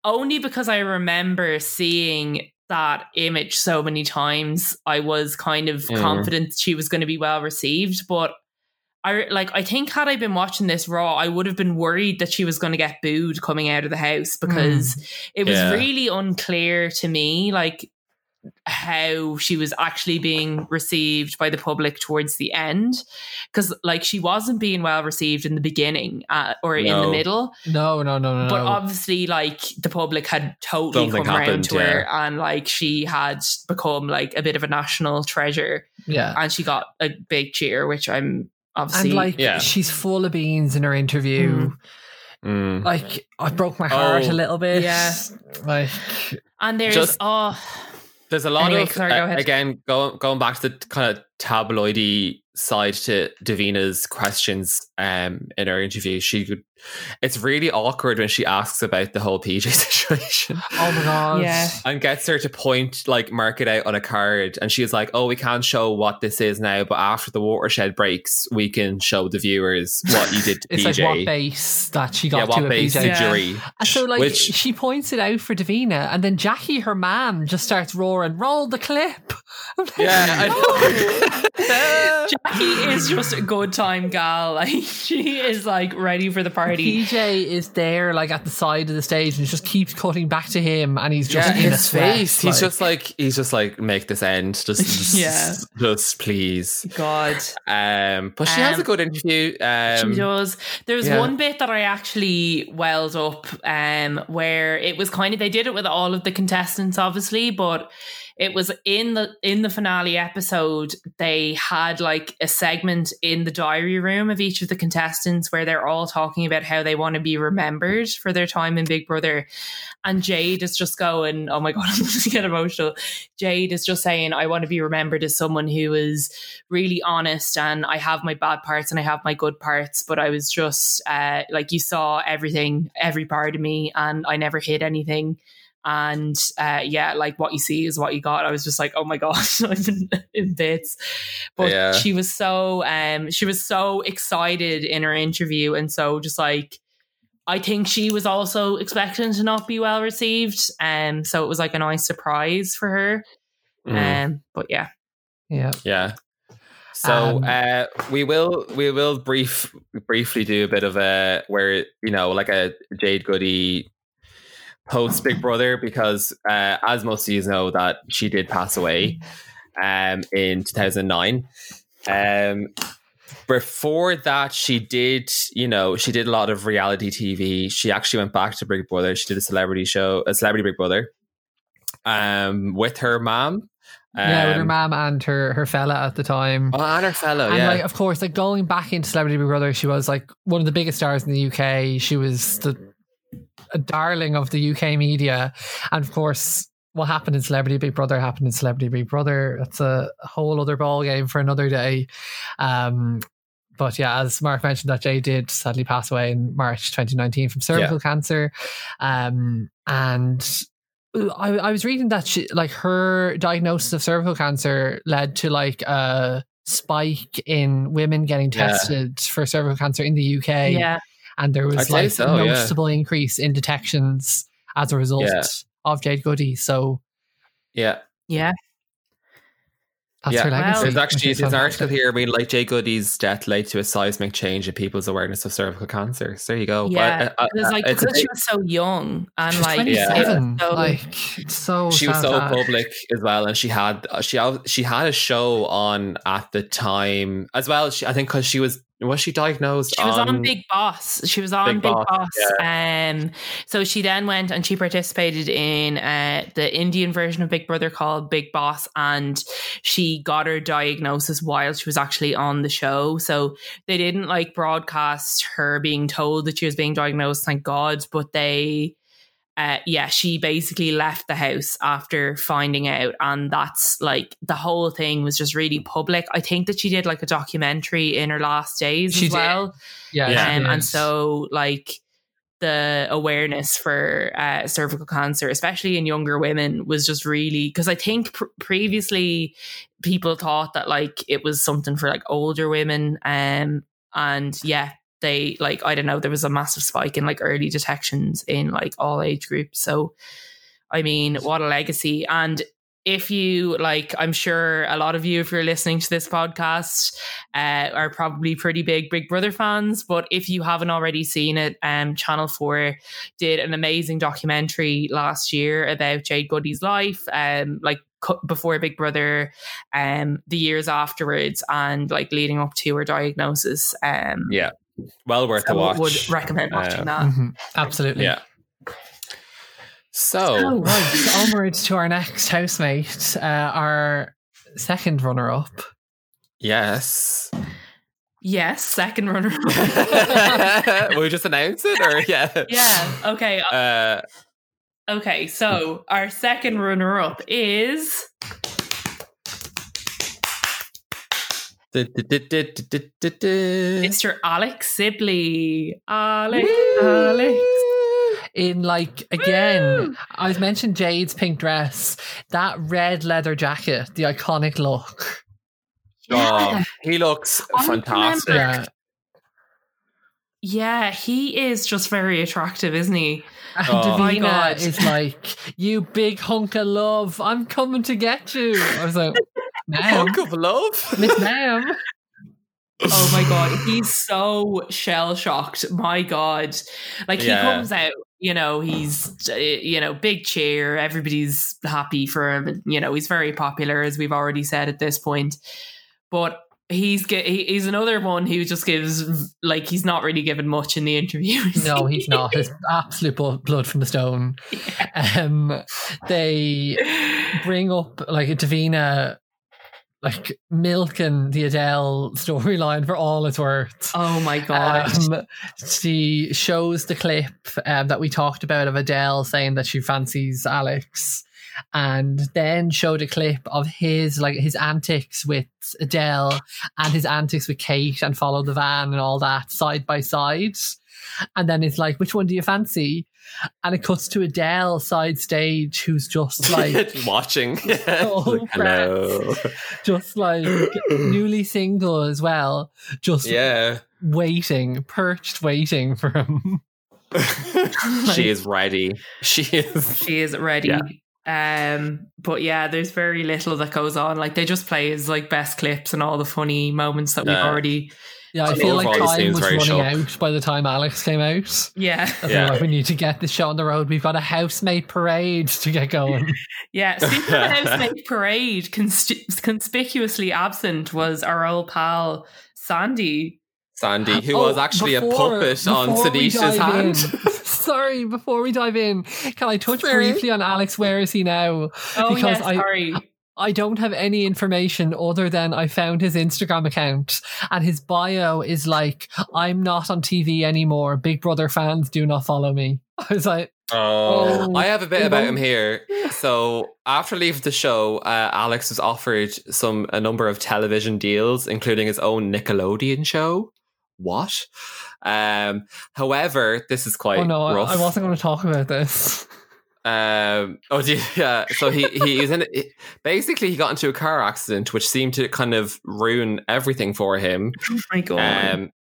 Speaker 2: only because I remember seeing that image so many times, I was kind of
Speaker 3: Mm.
Speaker 2: confident she was going to be well received, but. I like. I think had I been watching this raw, I would have been worried that she was going to get booed coming out of the house
Speaker 1: Mm.
Speaker 2: because it was
Speaker 3: Yeah.
Speaker 2: really unclear to me, like how she was actually being received by the public towards the end, because like she wasn't being well received in the beginning uh, or in the
Speaker 3: No.
Speaker 2: middle,
Speaker 1: No, no, no, no.
Speaker 2: but
Speaker 1: no.
Speaker 2: obviously, like the public had totally
Speaker 3: Something
Speaker 2: come around
Speaker 3: happened,
Speaker 2: to her, and like she had become like a bit of a national treasure,
Speaker 1: yeah.
Speaker 2: and she got a big cheer, which I'm obviously
Speaker 1: and like
Speaker 3: Yeah.
Speaker 1: she's full of beans in her
Speaker 2: Hmm.
Speaker 1: interview.
Speaker 3: Mm.
Speaker 1: Like I broke my heart
Speaker 3: Oh.
Speaker 1: a little bit.
Speaker 2: Yeah.
Speaker 1: Like
Speaker 2: and there's
Speaker 3: Just-
Speaker 2: [laughs] oh
Speaker 3: There's a lot
Speaker 2: Anyway,
Speaker 3: of
Speaker 2: sorry, go ahead.
Speaker 3: again go, going back to the kind of tabloidy side to Davina's questions um, in her interview. She could, it's really awkward when she asks about the whole PJ [laughs] situation
Speaker 1: oh my god.
Speaker 2: Yeah.
Speaker 3: and gets her to point like mark it out on a card, and she's like, "Oh, we can't show what this is now, but after the watershed breaks, we can show the viewers what you did to
Speaker 1: [laughs] It's
Speaker 3: PJ."
Speaker 1: like what base that she
Speaker 3: yeah,
Speaker 1: got
Speaker 3: what
Speaker 1: to at
Speaker 3: base
Speaker 1: BJ.
Speaker 3: the
Speaker 2: Yeah.
Speaker 3: jury?
Speaker 1: And So like
Speaker 2: [laughs]
Speaker 3: which
Speaker 1: she points it out for Davina, and then Jackie, her man, just starts roaring, "Roll the clip!" [laughs] I'm like,
Speaker 3: Yeah,
Speaker 2: [laughs]
Speaker 3: I
Speaker 1: "No."
Speaker 2: Jackie is just a good time gal. [laughs] Like she is like ready for the party.
Speaker 1: PJ is there, like at the side of the stage, and it just keeps cutting back to him, and he's just
Speaker 3: yeah,
Speaker 1: in a
Speaker 3: his
Speaker 1: sweat,
Speaker 3: face.
Speaker 1: like-
Speaker 3: he's just like he's just like make this end. Just, just
Speaker 2: Yeah.
Speaker 3: just please.
Speaker 2: God,
Speaker 3: Um, but she has
Speaker 2: Um,
Speaker 3: a good interview.
Speaker 2: she
Speaker 3: Um,
Speaker 2: does. There's
Speaker 3: yeah.
Speaker 2: one bit that I actually welled up, um, where it was kind of they did it with all of the contestants, obviously, but it was in the in the finale episode. They had like a segment in the diary room of each of the contestants where they're all talking about how they want to be remembered for their time in Big Brother, and Jade is just going, "Oh my god, [laughs] I'm going to get emotional." Jade is just saying, I want to be remembered as someone who is really honest and I have my bad parts and I have my good parts, but I was just uh, like, you saw everything, every part of me, and I never hid anything. And uh, yeah, like what you see is what you got. I was just like, oh my gosh, [laughs] I'm in, in bits. But
Speaker 3: Yeah.
Speaker 2: she was so um, she was so excited in her interview, and so just like I think she was also expecting to not be well received, and um, so it was like a nice surprise for her.
Speaker 3: mm,
Speaker 2: Um, but yeah,
Speaker 1: yeah.
Speaker 3: yeah. So
Speaker 1: Um,
Speaker 3: uh, we will we will brief briefly do a bit of a where you know like a Jade Goody post Big Brother because uh, as most of you know that she did pass away um, in two thousand nine. Um, before that she did you know she did a lot of reality tv she actually went back to big brother she did a celebrity show a celebrity big brother um with her mom
Speaker 1: yeah, with her
Speaker 3: Um,
Speaker 1: mom and her her fella at the time.
Speaker 3: oh, and her fellow
Speaker 1: and
Speaker 3: yeah
Speaker 1: like, of course, like going back into Celebrity Big Brother, she was like one of the biggest stars in the UK. She was the a darling of the UK media, and of course, what happened in Celebrity Big Brother happened in Celebrity Big Brother. That's a whole other ball game for another day. Um, but yeah, as Mark mentioned, that Jay did sadly pass away in March 2019 from cervical cancer, um, and I, I was reading that she, like her diagnosis of cervical cancer led to like a spike in women getting
Speaker 3: Yeah.
Speaker 1: tested for cervical cancer in the UK,
Speaker 2: yeah,
Speaker 1: and there
Speaker 3: I'd
Speaker 1: was
Speaker 3: say
Speaker 1: like
Speaker 3: so, yeah.
Speaker 1: noticeable increase in detections as a result
Speaker 3: Yeah.
Speaker 1: of Jade Goody. So
Speaker 3: yeah
Speaker 2: yeah.
Speaker 1: that's
Speaker 3: Yeah.
Speaker 1: her
Speaker 2: Wow.
Speaker 1: legacy.
Speaker 3: there's actually
Speaker 1: which is
Speaker 3: there's an
Speaker 1: fantastic.
Speaker 3: article here being like jay goody's death led to a seismic change in people's awareness of cervical cancer so there you go
Speaker 2: Yeah,
Speaker 3: but, uh, uh,
Speaker 2: Because like
Speaker 3: it's-
Speaker 2: because she was so young and
Speaker 1: She was
Speaker 2: like it was
Speaker 1: 27,
Speaker 2: so-
Speaker 1: like it's so
Speaker 3: she was
Speaker 1: sad
Speaker 3: so
Speaker 1: that-
Speaker 3: public as well, and she had she al- she had a show on at the time as well. She, I think because she was was she diagnosed?
Speaker 2: She was on, Big Boss. She was on
Speaker 3: Big
Speaker 2: Big,
Speaker 3: Boss,
Speaker 2: Boss. Um, so she then went and she participated in uh, the Indian version of Big Brother called Big Boss, and she got her diagnosis while she was actually on the show. So they didn't like broadcast her being told that she was being diagnosed. Thank God, but they. Uh, yeah, she basically left the house after finding out, and that's like the whole thing was just really public. I think that she did like a documentary in her last days
Speaker 1: She
Speaker 2: as
Speaker 1: did.
Speaker 2: well.
Speaker 1: Yeah,
Speaker 3: Yeah.
Speaker 1: she
Speaker 2: Um, and
Speaker 1: is.
Speaker 2: so, like, the awareness for uh, cervical cancer, especially in younger women, was just really because I think pr- previously people thought that like it was something for like older women, um, and yeah, they like I don't know, there was a massive spike in like early detections in like all age groups. So, I mean, what a legacy! And if you like, I'm sure a lot of you, if you're listening to this podcast, uh, are probably pretty big Big Brother fans. But if you haven't already seen it, um, Channel 4 did an amazing documentary last year about Jade Goody's life, um, like cu- before Big Brother, um, the years afterwards, and like leading up to her diagnosis. Um,
Speaker 3: Yeah, well worth
Speaker 2: so
Speaker 3: a watch.
Speaker 2: would recommend watching
Speaker 3: Um,
Speaker 2: that.
Speaker 1: Mhm, Absolutely.
Speaker 3: Yeah.
Speaker 2: Oh,
Speaker 3: So,
Speaker 1: Oh, Right, onward to our next housemate, uh, our second runner up.
Speaker 2: [laughs]
Speaker 3: yes. [laughs]
Speaker 2: Yes, second runner.
Speaker 3: [laughs] Will we just announce it or yeah?
Speaker 2: [laughs] yeah. Okay.
Speaker 3: Uh,
Speaker 2: Okay, so our second runner up is
Speaker 3: du- du- du- du- du- du- du- du.
Speaker 2: Mr. Alex Sibley. Alex, Alex.
Speaker 1: In like again,
Speaker 2: Woo!
Speaker 1: I've mentioned Jade's pink dress, that red leather jacket, the iconic look.
Speaker 3: Oh, he looks
Speaker 2: I
Speaker 3: fantastic.
Speaker 2: remember-
Speaker 1: Yeah.
Speaker 2: Yeah, he is just very attractive, isn't he?
Speaker 1: And
Speaker 3: Oh.
Speaker 2: My
Speaker 1: Davina
Speaker 2: God.
Speaker 1: is like, "You big hunk of love, I'm coming to get you." I was like, "Ma'am,
Speaker 3: Hunk of love.
Speaker 1: Miss Ma'am."
Speaker 2: Oh my
Speaker 3: [laughs]
Speaker 2: god, he's so shell shocked. My god. Like
Speaker 3: Yeah.
Speaker 2: he comes out, you know, he's uh, you know, big cheer, everybody's happy for him. and, You know, he's very popular as we've already said at this point. But he's ge- he- he's another one who just gives like he's not really given much in the [laughs] interview. is
Speaker 1: No,
Speaker 2: he?
Speaker 1: he's not.
Speaker 2: [laughs]
Speaker 1: It's absolute bu- blood from the stone. Um, they bring up like Davina, like milking the Adele storyline for all it's worth.
Speaker 2: [laughs] Oh
Speaker 3: Uh,
Speaker 2: my god.
Speaker 1: Um, she shows the clip um, that we talked about of Adele saying that she fancies Alex, and then showed a clip of his like his antics with Adele and his antics with Kate and follow the van and all that side by side. And then it's like, which one do you fancy? And it cuts to Adele side stage, who's
Speaker 3: [laughs]
Speaker 1: just like,
Speaker 3: watching.
Speaker 1: Oh,
Speaker 3: Hello. [clears throat]
Speaker 1: just like newly single as well, just
Speaker 3: Yeah.
Speaker 1: waiting, perched, waiting for him.
Speaker 3: she is ready. She is.
Speaker 2: she is ready. Um, but yeah, there's very little that goes on. Like they just play his like best clips and all the funny moments that we've
Speaker 3: Yeah.
Speaker 2: already. [laughs]
Speaker 1: Yeah, I
Speaker 3: And
Speaker 1: feel like
Speaker 3: overall, he
Speaker 1: time
Speaker 3: seems
Speaker 1: was
Speaker 3: very
Speaker 1: running
Speaker 3: shocked.
Speaker 1: out by the time Alex came out.
Speaker 2: Yeah,
Speaker 1: I
Speaker 3: Yeah.
Speaker 1: feel like we need to get this show on the road. We've got a housemate parade to get
Speaker 3: [laughs]
Speaker 1: going.
Speaker 2: yeah. Speaking of housemate parade, cons- conspicuously absent was our old pal Sandy.
Speaker 3: Sandy, who
Speaker 1: Oh,
Speaker 3: was actually
Speaker 1: before-
Speaker 3: a puppet on
Speaker 1: before we
Speaker 3: Sadisha's
Speaker 1: dive in-
Speaker 3: hand.
Speaker 1: [laughs] sorry, before we dive in, can I touch
Speaker 3: Sorry.
Speaker 1: briefly on Alex? Where is he now?
Speaker 2: Oh
Speaker 1: Because
Speaker 2: yeah,
Speaker 1: I-
Speaker 2: sorry.
Speaker 1: I don't have any information other than I found his Instagram account and his bio is like, I'm not on TV anymore. Big Brother fans do not follow me. [laughs] I was like,
Speaker 3: Oh,
Speaker 1: Oh.
Speaker 3: I have a bit about
Speaker 1: Well-
Speaker 3: him here. So after leaving the show, uh, Alex was offered some a number of television deals, including his own Nickelodeon show. What? Um, however, this is quite
Speaker 1: oh no, I-
Speaker 3: rough.
Speaker 1: I wasn't going to talk about this.
Speaker 3: [laughs] Um, oh, do you- [laughs] yeah. So he he is in. he- Basically, he got into a car accident, which seemed to kind of ruin everything for him,
Speaker 2: Oh my god.
Speaker 3: um,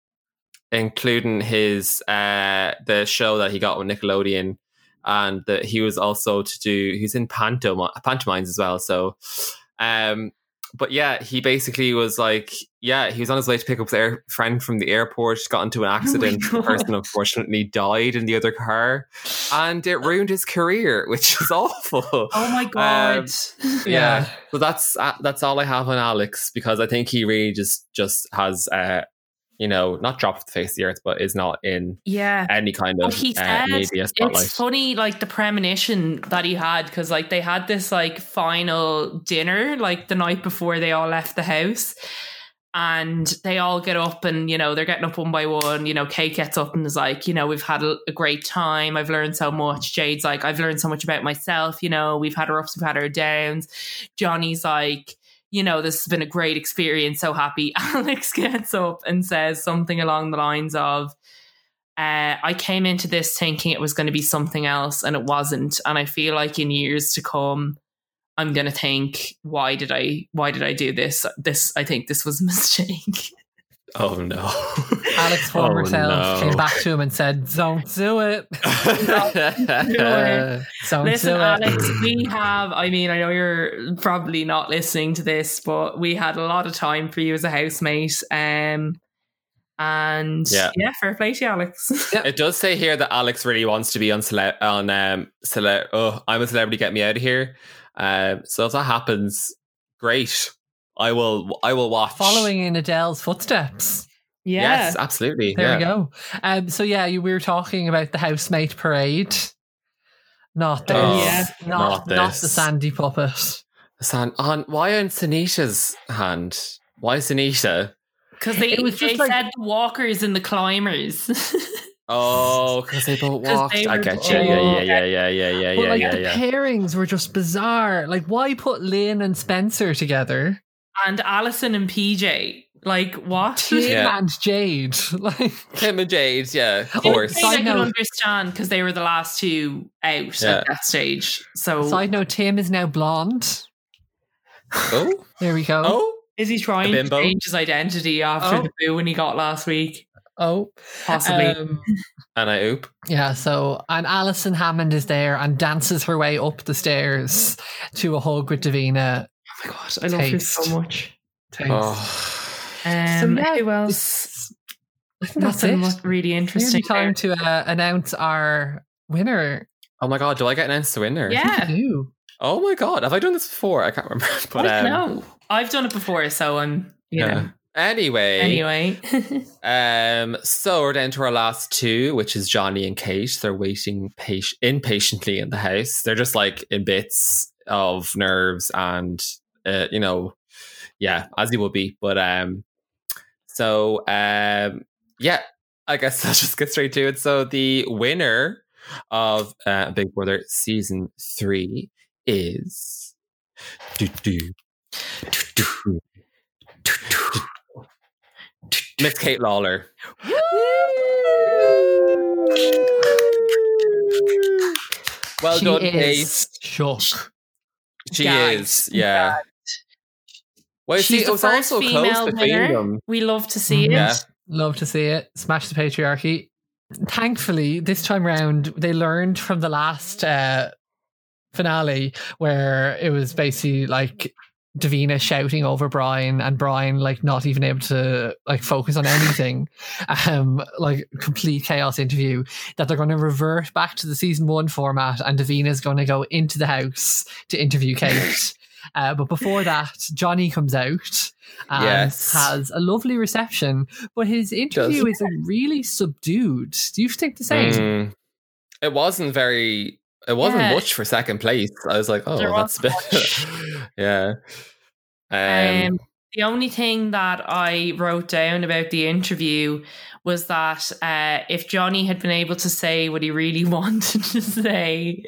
Speaker 3: including his uh the show that he got with Nickelodeon, and that he was also to do. He's in pantomime pantomimes as well. So, um, but yeah, he basically was like, yeah, he was on his way to pick up his air, friend from the airport, got into an accident. the
Speaker 2: God.
Speaker 3: person unfortunately died in the other car, and it ruined his career, which is [laughs] awful.
Speaker 2: oh my god.
Speaker 3: yeah. So that's uh, that's all I have on Alex because I think he really just just has uh, you know, not dropped off the face of the earth, but is not in
Speaker 2: Yeah.
Speaker 3: any kind
Speaker 2: But
Speaker 3: of
Speaker 2: he
Speaker 3: uh,
Speaker 2: said
Speaker 3: media spotlight.
Speaker 2: it's funny, like the premonition that he had, because like they had this like final dinner, like the night before they all left the house, and they all get up and you know they're getting up one by one. You know, Kate gets up and is like, you know, we've had a, a great time. I've learned so much. Jade's like, I've learned so much about myself. You know, we've had our ups, we've had our downs. Johnny's like. You know, this has been a great experience. So happy. [laughs] Alex gets up and says something along the lines of, uh, I came into this thinking it was going to be something else and it wasn't. And I feel like in years to come, I'm going to think, why did I, why did I do this? This, I think this was a [laughs] mistake.
Speaker 3: oh [laughs] no.
Speaker 1: Alex former
Speaker 3: Oh,
Speaker 1: self
Speaker 3: no.
Speaker 1: came back to him and said, "Don't
Speaker 3: [laughs]
Speaker 1: do it.
Speaker 2: Sure.
Speaker 1: [laughs] Don't
Speaker 2: Listen,
Speaker 1: do it."
Speaker 2: Alex, we have, I mean, I know you're probably not listening to this, but we had a lot of time for you as a housemate. Um, and
Speaker 3: Yeah.
Speaker 2: yeah, fair play to you, Alex. [laughs]
Speaker 3: It does say here that Alex really wants to be on cele- on um cele- oh I'm a celebrity get me out of here. Um so if that happens, great. I will I will watch.
Speaker 1: Following in Adele's footsteps.
Speaker 3: Yes, absolutely.
Speaker 1: There
Speaker 3: yeah.
Speaker 1: we go. Um, so yeah, you, we were talking about the housemate parade. Not this.
Speaker 3: Oh,
Speaker 2: Yeah.
Speaker 1: not,
Speaker 3: not
Speaker 1: not, the
Speaker 3: this.
Speaker 1: Sandy puppet.
Speaker 3: San on why on Sanita's hand? Why Sanita?
Speaker 2: Because they,
Speaker 1: It was
Speaker 2: they
Speaker 1: just like-
Speaker 2: said the walkers and the climbers. [laughs]
Speaker 3: Oh, because they both
Speaker 2: 'Cause
Speaker 3: walked.
Speaker 2: they
Speaker 3: I
Speaker 2: were
Speaker 3: get you. Yeah,
Speaker 1: both-
Speaker 3: yeah, yeah, yeah, yeah, yeah,
Speaker 1: but
Speaker 3: yeah,
Speaker 1: like
Speaker 3: yeah,
Speaker 1: the
Speaker 3: yeah.
Speaker 1: pairings were just bizarre. Like why put Lynn and Spencer together?
Speaker 2: and Allison and PJ. Like what? [laughs]
Speaker 1: Tim
Speaker 3: Yeah.
Speaker 1: and Jade. [laughs] Like
Speaker 3: Tim and Jade, yeah, of
Speaker 1: Tim and
Speaker 3: course.
Speaker 1: Jade,
Speaker 2: I
Speaker 1: Side
Speaker 2: can
Speaker 1: note.
Speaker 2: understand because they were the last two out
Speaker 3: Yeah.
Speaker 2: at that stage. So
Speaker 1: side note, Tim is now blonde.
Speaker 3: Oh,
Speaker 1: There we go.
Speaker 3: oh,
Speaker 2: is he trying to
Speaker 3: bimbo?
Speaker 2: change his identity after
Speaker 1: Oh.
Speaker 2: the boo when he got last week?
Speaker 1: Oh,
Speaker 2: Possibly.
Speaker 1: um,
Speaker 3: and I oop.
Speaker 1: yeah. So and Alison Hammond is there and dances her way up the stairs to a hug with Davina.
Speaker 2: oh my god, I love her
Speaker 1: taste.
Speaker 2: so much.
Speaker 3: Oh.
Speaker 2: Um,
Speaker 1: yeah,
Speaker 2: who else?
Speaker 1: It's- I think that's
Speaker 2: Nothing
Speaker 1: it.
Speaker 2: much really
Speaker 1: Nearly
Speaker 2: interesting.
Speaker 1: time to uh, announce our winner.
Speaker 3: oh my god, do I get announced the winner?
Speaker 2: there. Yeah.
Speaker 1: Ooh.
Speaker 3: Oh my god, have I done this before? I can't remember. [laughs] But
Speaker 2: I
Speaker 3: um,
Speaker 2: don't know. I've done it before, so I'm you
Speaker 3: Yeah.
Speaker 2: know.
Speaker 3: Anyway,
Speaker 2: Anyway. [laughs]
Speaker 3: um, so we're down to our last two, which is Johnny and Kate. They're waiting patient, impatiently in the house. They're just like in bits of nerves, and uh, you know, yeah, as you would be. But um, so um, yeah, I guess [laughs] I'll just get straight to it. So the winner of uh, Big Brother season three is. Miss Kate Lawler. Well
Speaker 1: she
Speaker 3: done, Kate.
Speaker 1: is shook.
Speaker 3: She
Speaker 2: Gagged.
Speaker 3: is, yeah. Well,
Speaker 2: She's
Speaker 3: see, it
Speaker 2: the
Speaker 3: was
Speaker 2: first
Speaker 3: also close
Speaker 2: female
Speaker 3: between
Speaker 2: winner.
Speaker 3: them.
Speaker 2: We love
Speaker 1: Mm-hmm.
Speaker 2: to see
Speaker 3: Yeah.
Speaker 2: it.
Speaker 1: Love to see it. Smash the patriarchy. Thankfully, this time round, they learned from the last uh, finale where it was basically like Davina shouting over Brian and Brian like not even able to like focus on anything. um, like complete chaos interview. That they're going to revert back to the season one format, and Davina's going to go into the house to interview Kate. Uh, but before that, Johnny comes out and
Speaker 3: Yes.
Speaker 1: has a lovely reception, but his interview is like, really subdued. Do you think the same?
Speaker 3: Mm. It wasn't very. It wasn't
Speaker 2: Yeah.
Speaker 3: much for second place. I was like, oh,
Speaker 2: There
Speaker 3: that's a bit. [laughs] yeah. Um,
Speaker 2: Um, the only thing that I wrote down about the interview was that uh, if Johnny had been able to say what he really [laughs] wanted to say,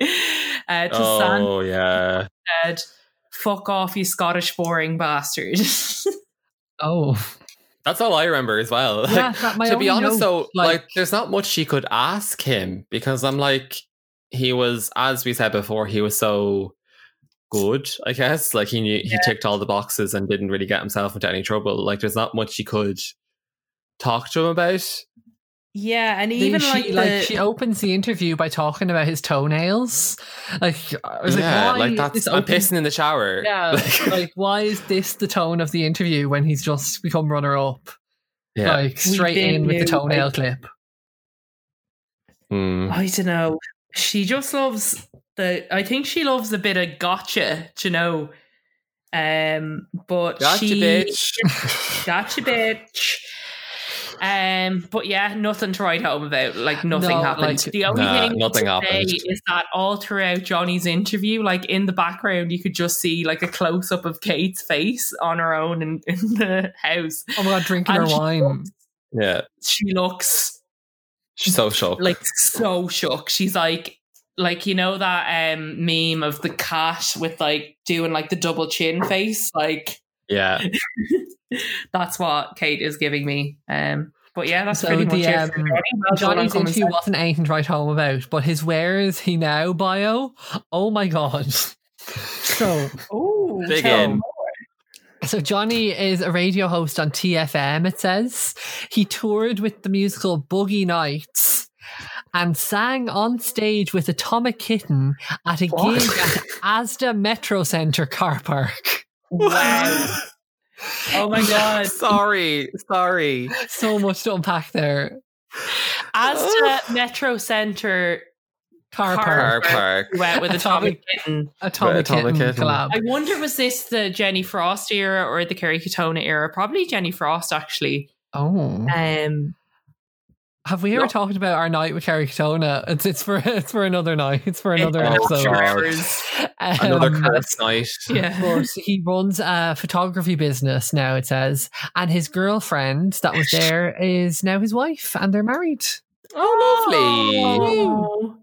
Speaker 2: uh, to Santa
Speaker 3: oh, yeah.
Speaker 2: said, "Fuck off, you Scottish boring bastard." [laughs]
Speaker 1: Oh,
Speaker 3: That's all I remember as well. [laughs] Like,
Speaker 1: yeah, that, my
Speaker 3: to be
Speaker 1: only
Speaker 3: honest,
Speaker 1: note,
Speaker 3: though, like, there's not much she could ask him because I'm like, he was, as we said before, he was so good, I guess. Like, he knew he ticked all the boxes and didn't really get himself into any trouble. Like, there's not much she could talk to him about.
Speaker 2: yeah, and
Speaker 1: The-
Speaker 2: even
Speaker 1: she,
Speaker 2: like, the,
Speaker 1: she opens the interview by talking about his toenails. Like I was
Speaker 3: yeah,
Speaker 1: like, why
Speaker 3: like
Speaker 1: is
Speaker 3: that's
Speaker 1: this
Speaker 3: I'm
Speaker 1: open-
Speaker 3: pissing in the shower. [laughs]
Speaker 1: Yeah,
Speaker 3: Like-
Speaker 1: like why is this the tone of the interview when he's just become runner up?
Speaker 3: yeah.
Speaker 1: Like straight
Speaker 2: been
Speaker 1: in with the
Speaker 2: new,
Speaker 1: toenail
Speaker 2: like-
Speaker 1: clip. [laughs]
Speaker 3: Mm.
Speaker 2: I don't know. She just loves the. I think she loves a bit of gotcha, do you know. Um, but
Speaker 3: Gotcha,
Speaker 2: she
Speaker 3: bitch.
Speaker 2: Gotcha, bitch. Um, but yeah, nothing to write home about. Like nothing
Speaker 1: No,
Speaker 2: happened.
Speaker 1: like-
Speaker 2: the only
Speaker 3: Nah,
Speaker 2: thing
Speaker 3: nothing
Speaker 2: to say
Speaker 3: happened.
Speaker 2: is that all throughout Johnny's interview, like in the background, you could just see like a close up of Kate's face on her own in, in the house.
Speaker 1: Oh my god, drinking
Speaker 2: And
Speaker 1: her
Speaker 2: she-
Speaker 1: wine.
Speaker 3: Yeah,
Speaker 2: She looks
Speaker 3: she's so
Speaker 1: [laughs]
Speaker 3: shocked.
Speaker 2: like so shook. She's like, like you know that um meme of the cat with like doing like the double chin face. Like
Speaker 3: yeah,
Speaker 2: that's what Kate is giving me. Um, but yeah, that's
Speaker 1: So
Speaker 2: pretty much
Speaker 1: the,
Speaker 2: it.
Speaker 1: um,
Speaker 2: for Johnny. Well done on
Speaker 1: Johnny's
Speaker 2: coming
Speaker 1: interview
Speaker 2: second.
Speaker 1: wasn't anything to write home about, but his where is he now bio? Oh my god. So
Speaker 2: Ooh,
Speaker 3: Dig
Speaker 2: so-
Speaker 3: in.
Speaker 1: So Johnny is a radio host on TFM, it says. He toured with the musical Boogie Nights and sang on stage with Atomic Kitten at a
Speaker 3: What?
Speaker 1: gig at Asda Metro Centre car park. [laughs]
Speaker 2: Wow. Oh my
Speaker 3: [laughs]
Speaker 2: god.
Speaker 3: sorry,
Speaker 1: [laughs]
Speaker 3: sorry.
Speaker 1: So much to unpack there.
Speaker 2: Asda Metro Centre
Speaker 1: Car,
Speaker 2: Car
Speaker 1: park.
Speaker 3: Car park.
Speaker 2: went with Atomic Kitten.
Speaker 1: Atomic,
Speaker 3: Atomic
Speaker 1: Kitten,
Speaker 3: Kitten.
Speaker 1: collab.
Speaker 2: I wonder was this the Jenny Frost era or the Kerry Katona era? Probably Jenny Frost actually.
Speaker 1: Oh.
Speaker 2: Um
Speaker 1: Have we ever
Speaker 2: No.
Speaker 1: talked about our night with Carrie Katona? It's it's for [laughs] it's for another night. It's for
Speaker 2: It's
Speaker 1: another
Speaker 3: Oh,
Speaker 2: after
Speaker 1: episode.
Speaker 3: God.
Speaker 2: hours.
Speaker 1: [laughs]
Speaker 3: Another
Speaker 1: Um,
Speaker 3: curse night.
Speaker 2: Yeah.
Speaker 1: but he runs a photography business now, it says. And his girlfriend that was there is now his wife, and they're married.
Speaker 2: [laughs] Oh,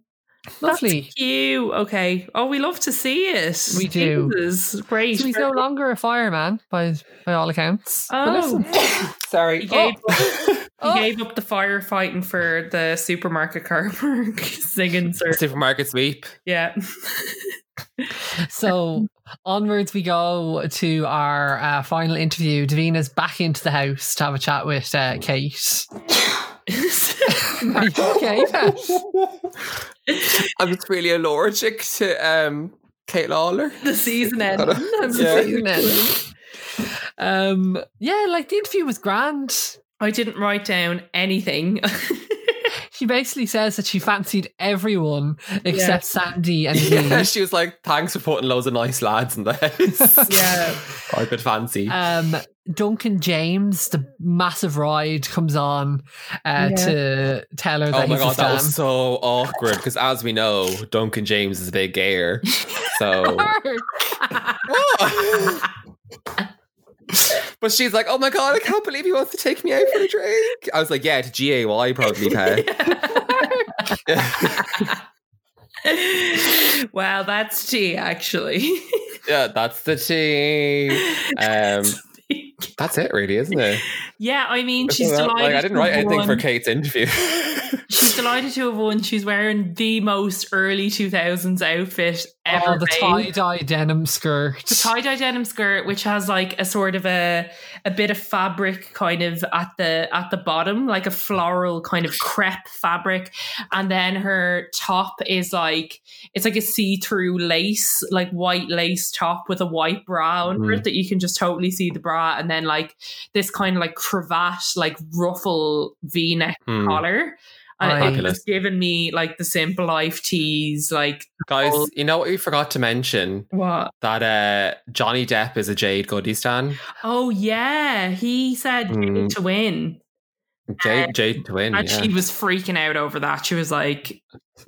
Speaker 1: Lovely.
Speaker 2: That's cute. Okay. Oh, we love to see it.
Speaker 1: We do.
Speaker 2: Jesus, great.
Speaker 1: So he's no longer a fireman by by all accounts. But
Speaker 2: Oh.
Speaker 1: listen,
Speaker 2: He
Speaker 3: Sorry.
Speaker 2: gave,
Speaker 1: Oh.
Speaker 2: he gave up the firefighting for the supermarket car [laughs] park singing service.
Speaker 3: Supermarket sweep.
Speaker 2: Yeah.
Speaker 1: So onwards we go to our uh, final interview. Davina's back into the house to have a chat with uh, Kate.
Speaker 2: [laughs]
Speaker 1: Are you okay, [laughs] Pat?
Speaker 3: I'm just really allergic to um Kate Lawler.
Speaker 2: the season end.
Speaker 3: Got
Speaker 2: [laughs] That's
Speaker 3: Yeah.
Speaker 2: the season.
Speaker 1: Isn't it? Um, yeah, like the interview was grand.
Speaker 2: I didn't write down anything. [laughs]
Speaker 1: She basically says that she fancied everyone except Sandy [laughs] [laughs] and
Speaker 3: Yeah,
Speaker 1: me.
Speaker 3: she was like, thanks for putting loads of nice lads in the [laughs] house.
Speaker 2: [laughs] yeah.
Speaker 3: I could fancy.
Speaker 1: Um, Duncan James, the massive ride comes on uh,
Speaker 2: Yeah.
Speaker 1: to tell her that
Speaker 3: oh my
Speaker 1: he's
Speaker 3: god,
Speaker 1: a
Speaker 3: that
Speaker 1: scam.
Speaker 3: was so awkward because as we know, Duncan James is a big gayer.
Speaker 1: [laughs]
Speaker 3: So [laughs] But she's like, oh my god, I can't believe he wants to take me out for a drink. I was like, yeah, to GAY probably, [laughs]
Speaker 1: [laughs]
Speaker 3: Pat.
Speaker 2: wow, that's tea, actually. [laughs]
Speaker 3: yeah, that's the tea. Um, that's it, really, isn't it?
Speaker 2: yeah, I mean, [laughs] she's
Speaker 3: Isn't that-
Speaker 2: delighted.
Speaker 3: like, I didn't
Speaker 2: to
Speaker 3: write
Speaker 2: have
Speaker 3: anything for
Speaker 2: won.
Speaker 3: Kate's interview.
Speaker 2: She's delighted to have won. She's wearing the most early 2000s outfit ever.
Speaker 1: Oh, the tie
Speaker 2: made.
Speaker 1: dye denim skirt.
Speaker 2: The tie-dye denim skirt, which has like a sort of a a bit of fabric kind of at the at the bottom, like a floral kind of crepe fabric, and then her top is like it's like a see-through lace, like white lace top with a white bra under
Speaker 3: Mm.
Speaker 2: it that you can just totally see the bra, and then like this kind of like cravat, like ruffle V-neck
Speaker 3: [laughs] Hmm.
Speaker 2: collar. And it
Speaker 1: Fabulous.
Speaker 2: was giving me like the simple life tees, like
Speaker 3: Guys, you know what we forgot to mention?
Speaker 2: what?
Speaker 3: That uh, Johnny Depp is a Jade Goody stan.
Speaker 2: Oh yeah, he said
Speaker 3: Mm.
Speaker 2: to win, Um,
Speaker 3: Jade, Jade to win,
Speaker 2: and
Speaker 3: yeah.
Speaker 2: she was freaking out over that. She was like,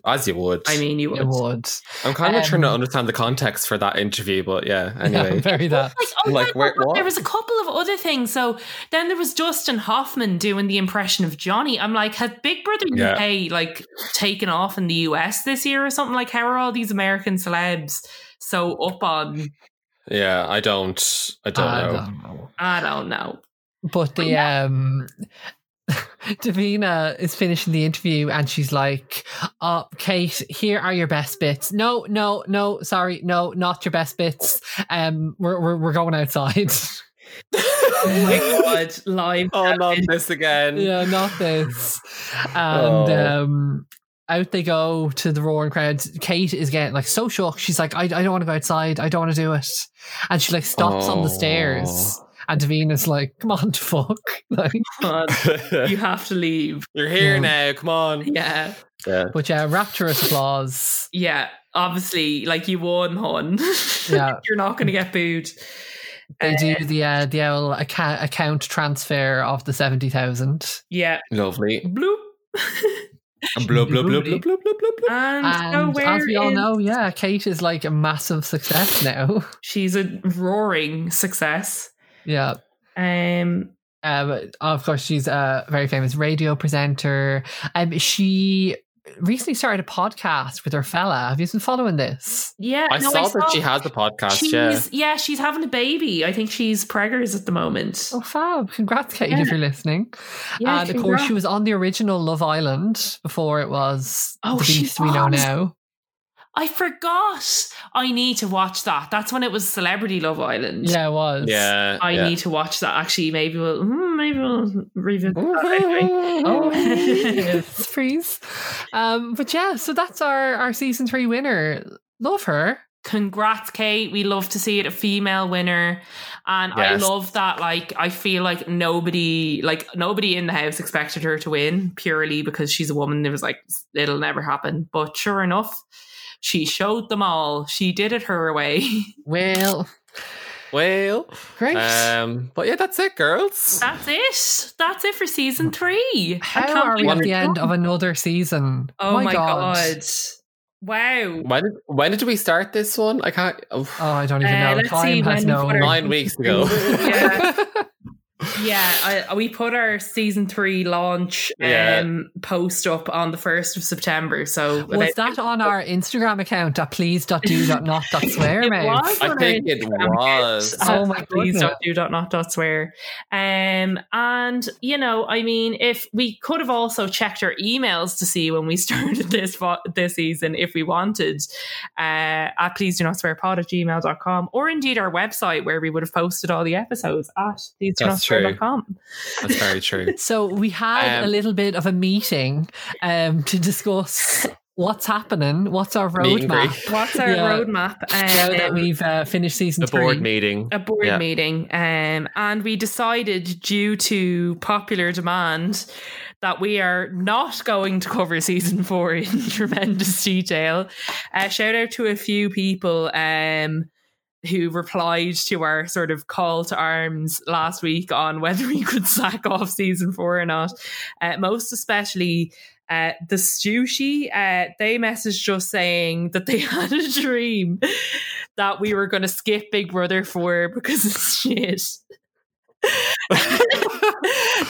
Speaker 3: As you would.
Speaker 2: "I mean, you would."
Speaker 1: it would.
Speaker 3: I'm kind of trying to
Speaker 1: Um,
Speaker 3: understand the context for that interview, but
Speaker 2: [laughs]
Speaker 3: yeah,
Speaker 1: Yeah,
Speaker 3: anyway.
Speaker 1: [laughs] very that.
Speaker 2: Like, oh
Speaker 3: Like,
Speaker 2: my
Speaker 3: wait,
Speaker 2: God, look,
Speaker 3: what?
Speaker 2: there was a couple of other things. So then there was Dustin Hoffman doing the impression of Johnny. I'm like, had Big Brother
Speaker 3: Yeah.
Speaker 2: UK like taken off in the US this year or something? Like, how are all these American celebs so up on?
Speaker 3: Yeah, I don't. I don't
Speaker 1: I
Speaker 3: know. [laughs]
Speaker 1: don't know.
Speaker 2: I don't know.
Speaker 1: But the um [laughs] Davina is finishing the interview and she's like, "Oh, Kate, here are your best bits. No, no, no, sorry, no, not your best bits. Um, we're we're, we're going outside. [laughs]
Speaker 2: Oh
Speaker 3: [laughs]
Speaker 2: my God, live.
Speaker 3: Oh, not this again.
Speaker 1: yeah, not this. And
Speaker 3: Oh.
Speaker 1: um, out they go to the roaring crowd. Kate is getting like so shocked. She's like, "I, I don't want to go outside. I don't want to do it." And she like stops on the stairs. And Davina's like, "Come on, [laughs] fuck!" Like,
Speaker 2: God, you have to leave.
Speaker 3: [laughs] You're here
Speaker 1: Yeah.
Speaker 3: now. Come on.
Speaker 2: Yeah.
Speaker 3: Yeah.
Speaker 1: But yeah, rapturous applause.
Speaker 2: yeah, obviously, like you won, hon. [laughs]
Speaker 1: Yeah.
Speaker 2: You're not going to get booed.
Speaker 1: They do the uh, the owl account, account transfer of the seventy thousand,
Speaker 2: Yeah.
Speaker 3: Lovely.
Speaker 2: Bloop.
Speaker 3: And blub, blub, blub, blub, blub, blub, blub, blub.
Speaker 2: And, so
Speaker 1: and
Speaker 2: where
Speaker 1: as we all
Speaker 2: is-
Speaker 1: know, yeah, Kate is like a massive success now. [laughs]
Speaker 2: she's a roaring success.
Speaker 1: yeah,
Speaker 2: Um,
Speaker 1: um, of course, she's a very famous radio presenter. Um, she recently started a podcast with her fella. Have you been following this?
Speaker 2: yeah,
Speaker 3: I,
Speaker 2: no,
Speaker 3: saw
Speaker 2: I
Speaker 3: that she has a podcast.
Speaker 2: She's,
Speaker 3: yeah.
Speaker 2: yeah, she's having a baby. I think she's preggers at the moment.
Speaker 1: Oh, fab! Congrats, Kate,
Speaker 2: Yeah.
Speaker 1: if you're listening.
Speaker 2: Yeah,
Speaker 1: and of course, she
Speaker 2: congrats.
Speaker 1: was on the original Love Island before it was
Speaker 2: Oh,
Speaker 1: the
Speaker 2: she
Speaker 1: beast we know
Speaker 2: was.
Speaker 1: now.
Speaker 2: I forgot. I need to watch that. That's when it was Celebrity Love Island.
Speaker 1: Yeah, it was.
Speaker 3: Yeah.
Speaker 2: I
Speaker 3: yeah.
Speaker 2: need to watch that. Actually, maybe we'll hmm, maybe we'll revisit that. anyway.
Speaker 1: Oh,
Speaker 3: Oh.
Speaker 1: yes, [laughs] please. Um, but yeah, so that's our our season three winner. Love her.
Speaker 2: Congrats, Kate. We love to see it a female winner. And
Speaker 3: Yes.
Speaker 2: I love that, like, I feel like nobody like nobody in the house expected her to win purely because she's a woman. It was like it'll never happen. But sure enough, she showed them all. She did it her way. [laughs]
Speaker 1: Well,
Speaker 3: Well,
Speaker 1: great.
Speaker 2: Uh,
Speaker 3: um, but yeah, that's it, girls.
Speaker 2: That's it. That's it for season three. I can't
Speaker 1: How are we
Speaker 2: believe
Speaker 1: at the
Speaker 2: we're
Speaker 1: end
Speaker 2: done.
Speaker 1: of another season?
Speaker 2: Oh my, god. Wow.
Speaker 3: When did, when did we start this one? I can't. oh,
Speaker 1: Oh, I don't even
Speaker 2: Uh,
Speaker 1: know.
Speaker 2: let's see
Speaker 1: Time has
Speaker 2: when
Speaker 1: no. [laughs]
Speaker 2: we're-
Speaker 3: Nine weeks ago. [laughs]
Speaker 2: [laughs] Yeah. Yeah, I, uh, we put our season three launch um,
Speaker 3: Yeah.
Speaker 2: post up on the 1st of September. So
Speaker 1: Was that on our Instagram account at please.do.not.swear,
Speaker 2: It
Speaker 1: mate?
Speaker 2: was.
Speaker 3: I think it was.
Speaker 1: Oh
Speaker 2: Oh
Speaker 1: my
Speaker 2: my please
Speaker 1: goodness.
Speaker 2: don't do dot not dot swear. Um and you know, I mean if we could have also checked our emails to see when we [laughs] started this fo- this season if we wanted. Uh at please do not swear pod at gmail.com or indeed our website where we would have posted all the episodes at please do not
Speaker 3: That's true.
Speaker 2: swear.com.
Speaker 3: That's very
Speaker 1: [laughs]
Speaker 3: true.
Speaker 1: So we had
Speaker 3: Um,
Speaker 1: a little bit of a meeting um, to discuss
Speaker 2: [laughs]
Speaker 1: what's happening, what's our
Speaker 3: Meet and
Speaker 1: roadmap.
Speaker 3: greet.
Speaker 2: What's our
Speaker 1: Yeah.
Speaker 2: roadmap?
Speaker 1: Now
Speaker 2: Um,
Speaker 1: that we've uh, finished season
Speaker 3: The
Speaker 1: three,
Speaker 3: board meeting.
Speaker 2: a board
Speaker 3: Yeah.
Speaker 2: meeting um, and we decided due to popular demand that we are not going to cover season four in [laughs] tremendous detail uh, shout out to a few people um, who replied to our sort of call to arms last week on whether we could [laughs] sack off season four or not uh, most especially uh, the sushi, uh, they messaged us saying that they [laughs] had a dream that we were going to skip Big Brother 4 because it's [laughs] shit. Now-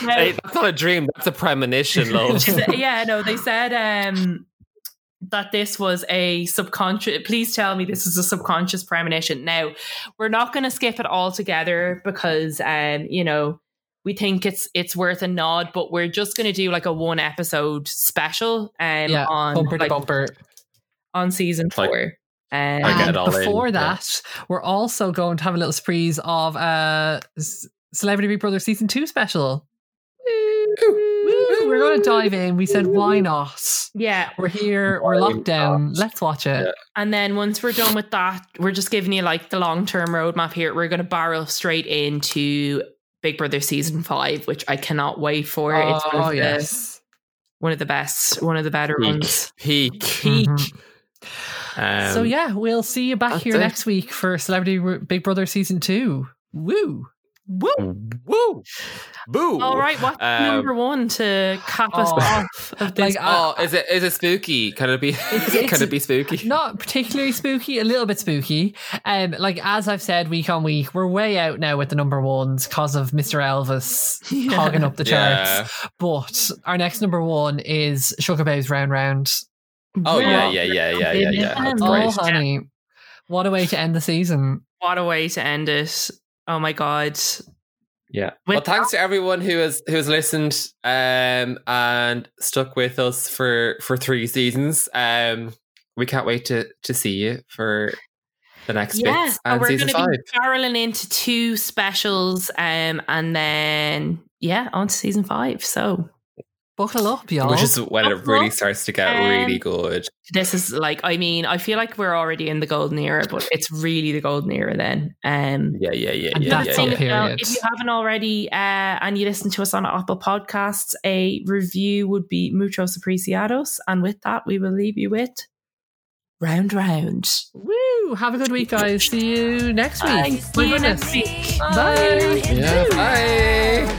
Speaker 3: Hey, that's not a dream. That's a premonition, love.
Speaker 2: She
Speaker 3: [laughs]
Speaker 2: said- yeah, no, they said um, that this was a subconscious. Please tell me this is a subconscious premonition. Now, we're not going to skip it all together because, um, you know, we think it's it's worth a nod, but we're just going to do like a one episode special um,
Speaker 1: yeah,
Speaker 2: on
Speaker 1: bumper
Speaker 2: like,
Speaker 1: to bumper.
Speaker 2: on season
Speaker 3: Like-
Speaker 2: four.
Speaker 3: I get
Speaker 2: Um,
Speaker 1: And
Speaker 3: it all in,
Speaker 1: before
Speaker 3: yeah.
Speaker 1: that, we're also going to have a little sprees of uh, S- Celebrity Big Brother season two special. Woo, We're going to dive in. We said, why not?
Speaker 2: yeah,
Speaker 1: We're here. We're
Speaker 3: Why
Speaker 1: locked down. Let's watch it.
Speaker 3: Yeah.
Speaker 2: And then once we're done with that, we're just giving you like the long term roadmap here. We're going to barrel straight into Big Brother season five, which I cannot wait for. it's one
Speaker 1: Oh
Speaker 2: of, the,
Speaker 1: yes.
Speaker 2: one of the best, one of the better
Speaker 3: Peak.
Speaker 2: ones.
Speaker 3: Peak.
Speaker 2: Peak.
Speaker 1: Mhm.
Speaker 3: Um,
Speaker 1: so yeah, we'll see you back
Speaker 3: that's
Speaker 1: here
Speaker 3: it.
Speaker 1: next week for Celebrity R- Big Brother season two. Woo!
Speaker 2: Woo!
Speaker 3: Woo. Boo.
Speaker 2: All right, what's
Speaker 3: Um,
Speaker 2: number one to cap us
Speaker 1: Oh.
Speaker 2: off of this? [laughs]
Speaker 1: Like
Speaker 3: Oh,
Speaker 1: I-
Speaker 3: is it is it spooky? Can it be?
Speaker 1: it's-
Speaker 3: [laughs] can it be spooky?
Speaker 1: Uh, not particularly spooky, a little bit spooky. Um, like as I've said week on week, we're way out now with the number ones because of Mr. Elvis
Speaker 2: Yeah.
Speaker 1: hogging
Speaker 3: [laughs]
Speaker 1: up the charts.
Speaker 3: Yeah.
Speaker 1: But our next number one is Sugar Babe's Round Round.
Speaker 3: Oh yeah,
Speaker 2: Whoa.
Speaker 3: yeah, yeah, yeah, yeah, yeah. That's
Speaker 1: Oh,
Speaker 3: great.
Speaker 1: honey. What a way to end the season.
Speaker 2: What a way to end it. Oh my God.
Speaker 3: Yeah.
Speaker 2: With
Speaker 3: well, thanks to everyone who has who has listened um, and stuck with us for for three seasons. Um, we can't wait to to see you for the next
Speaker 2: Yeah,
Speaker 3: bits
Speaker 2: and
Speaker 3: and
Speaker 2: we're
Speaker 3: season
Speaker 2: going to
Speaker 3: five.
Speaker 2: be barreling into two specials, um, and then yeah, on to season five. So
Speaker 1: Buckle up, y'all.
Speaker 3: Which is when it
Speaker 2: Buckle
Speaker 3: really
Speaker 2: up.
Speaker 3: starts to get
Speaker 2: Um,
Speaker 3: really good.
Speaker 2: this is like, I mean, I feel like we're already in the golden era, but it's really the golden era then. Um,
Speaker 3: Yeah, yeah, yeah,
Speaker 1: And
Speaker 3: yeah,
Speaker 1: that's
Speaker 3: yeah,
Speaker 1: all
Speaker 3: yeah.
Speaker 2: thing as well,
Speaker 1: period.
Speaker 2: if you haven't already, uh, and you listen to us on Apple Podcasts, a review would be muchos apreciados. And with that, we will leave you with round round.
Speaker 1: Woo! Have a good week, guys. See you next week.
Speaker 2: Thanks.
Speaker 1: My
Speaker 2: See you
Speaker 1: goodness.
Speaker 2: next week.
Speaker 1: Bye.
Speaker 3: Yeah. Bye.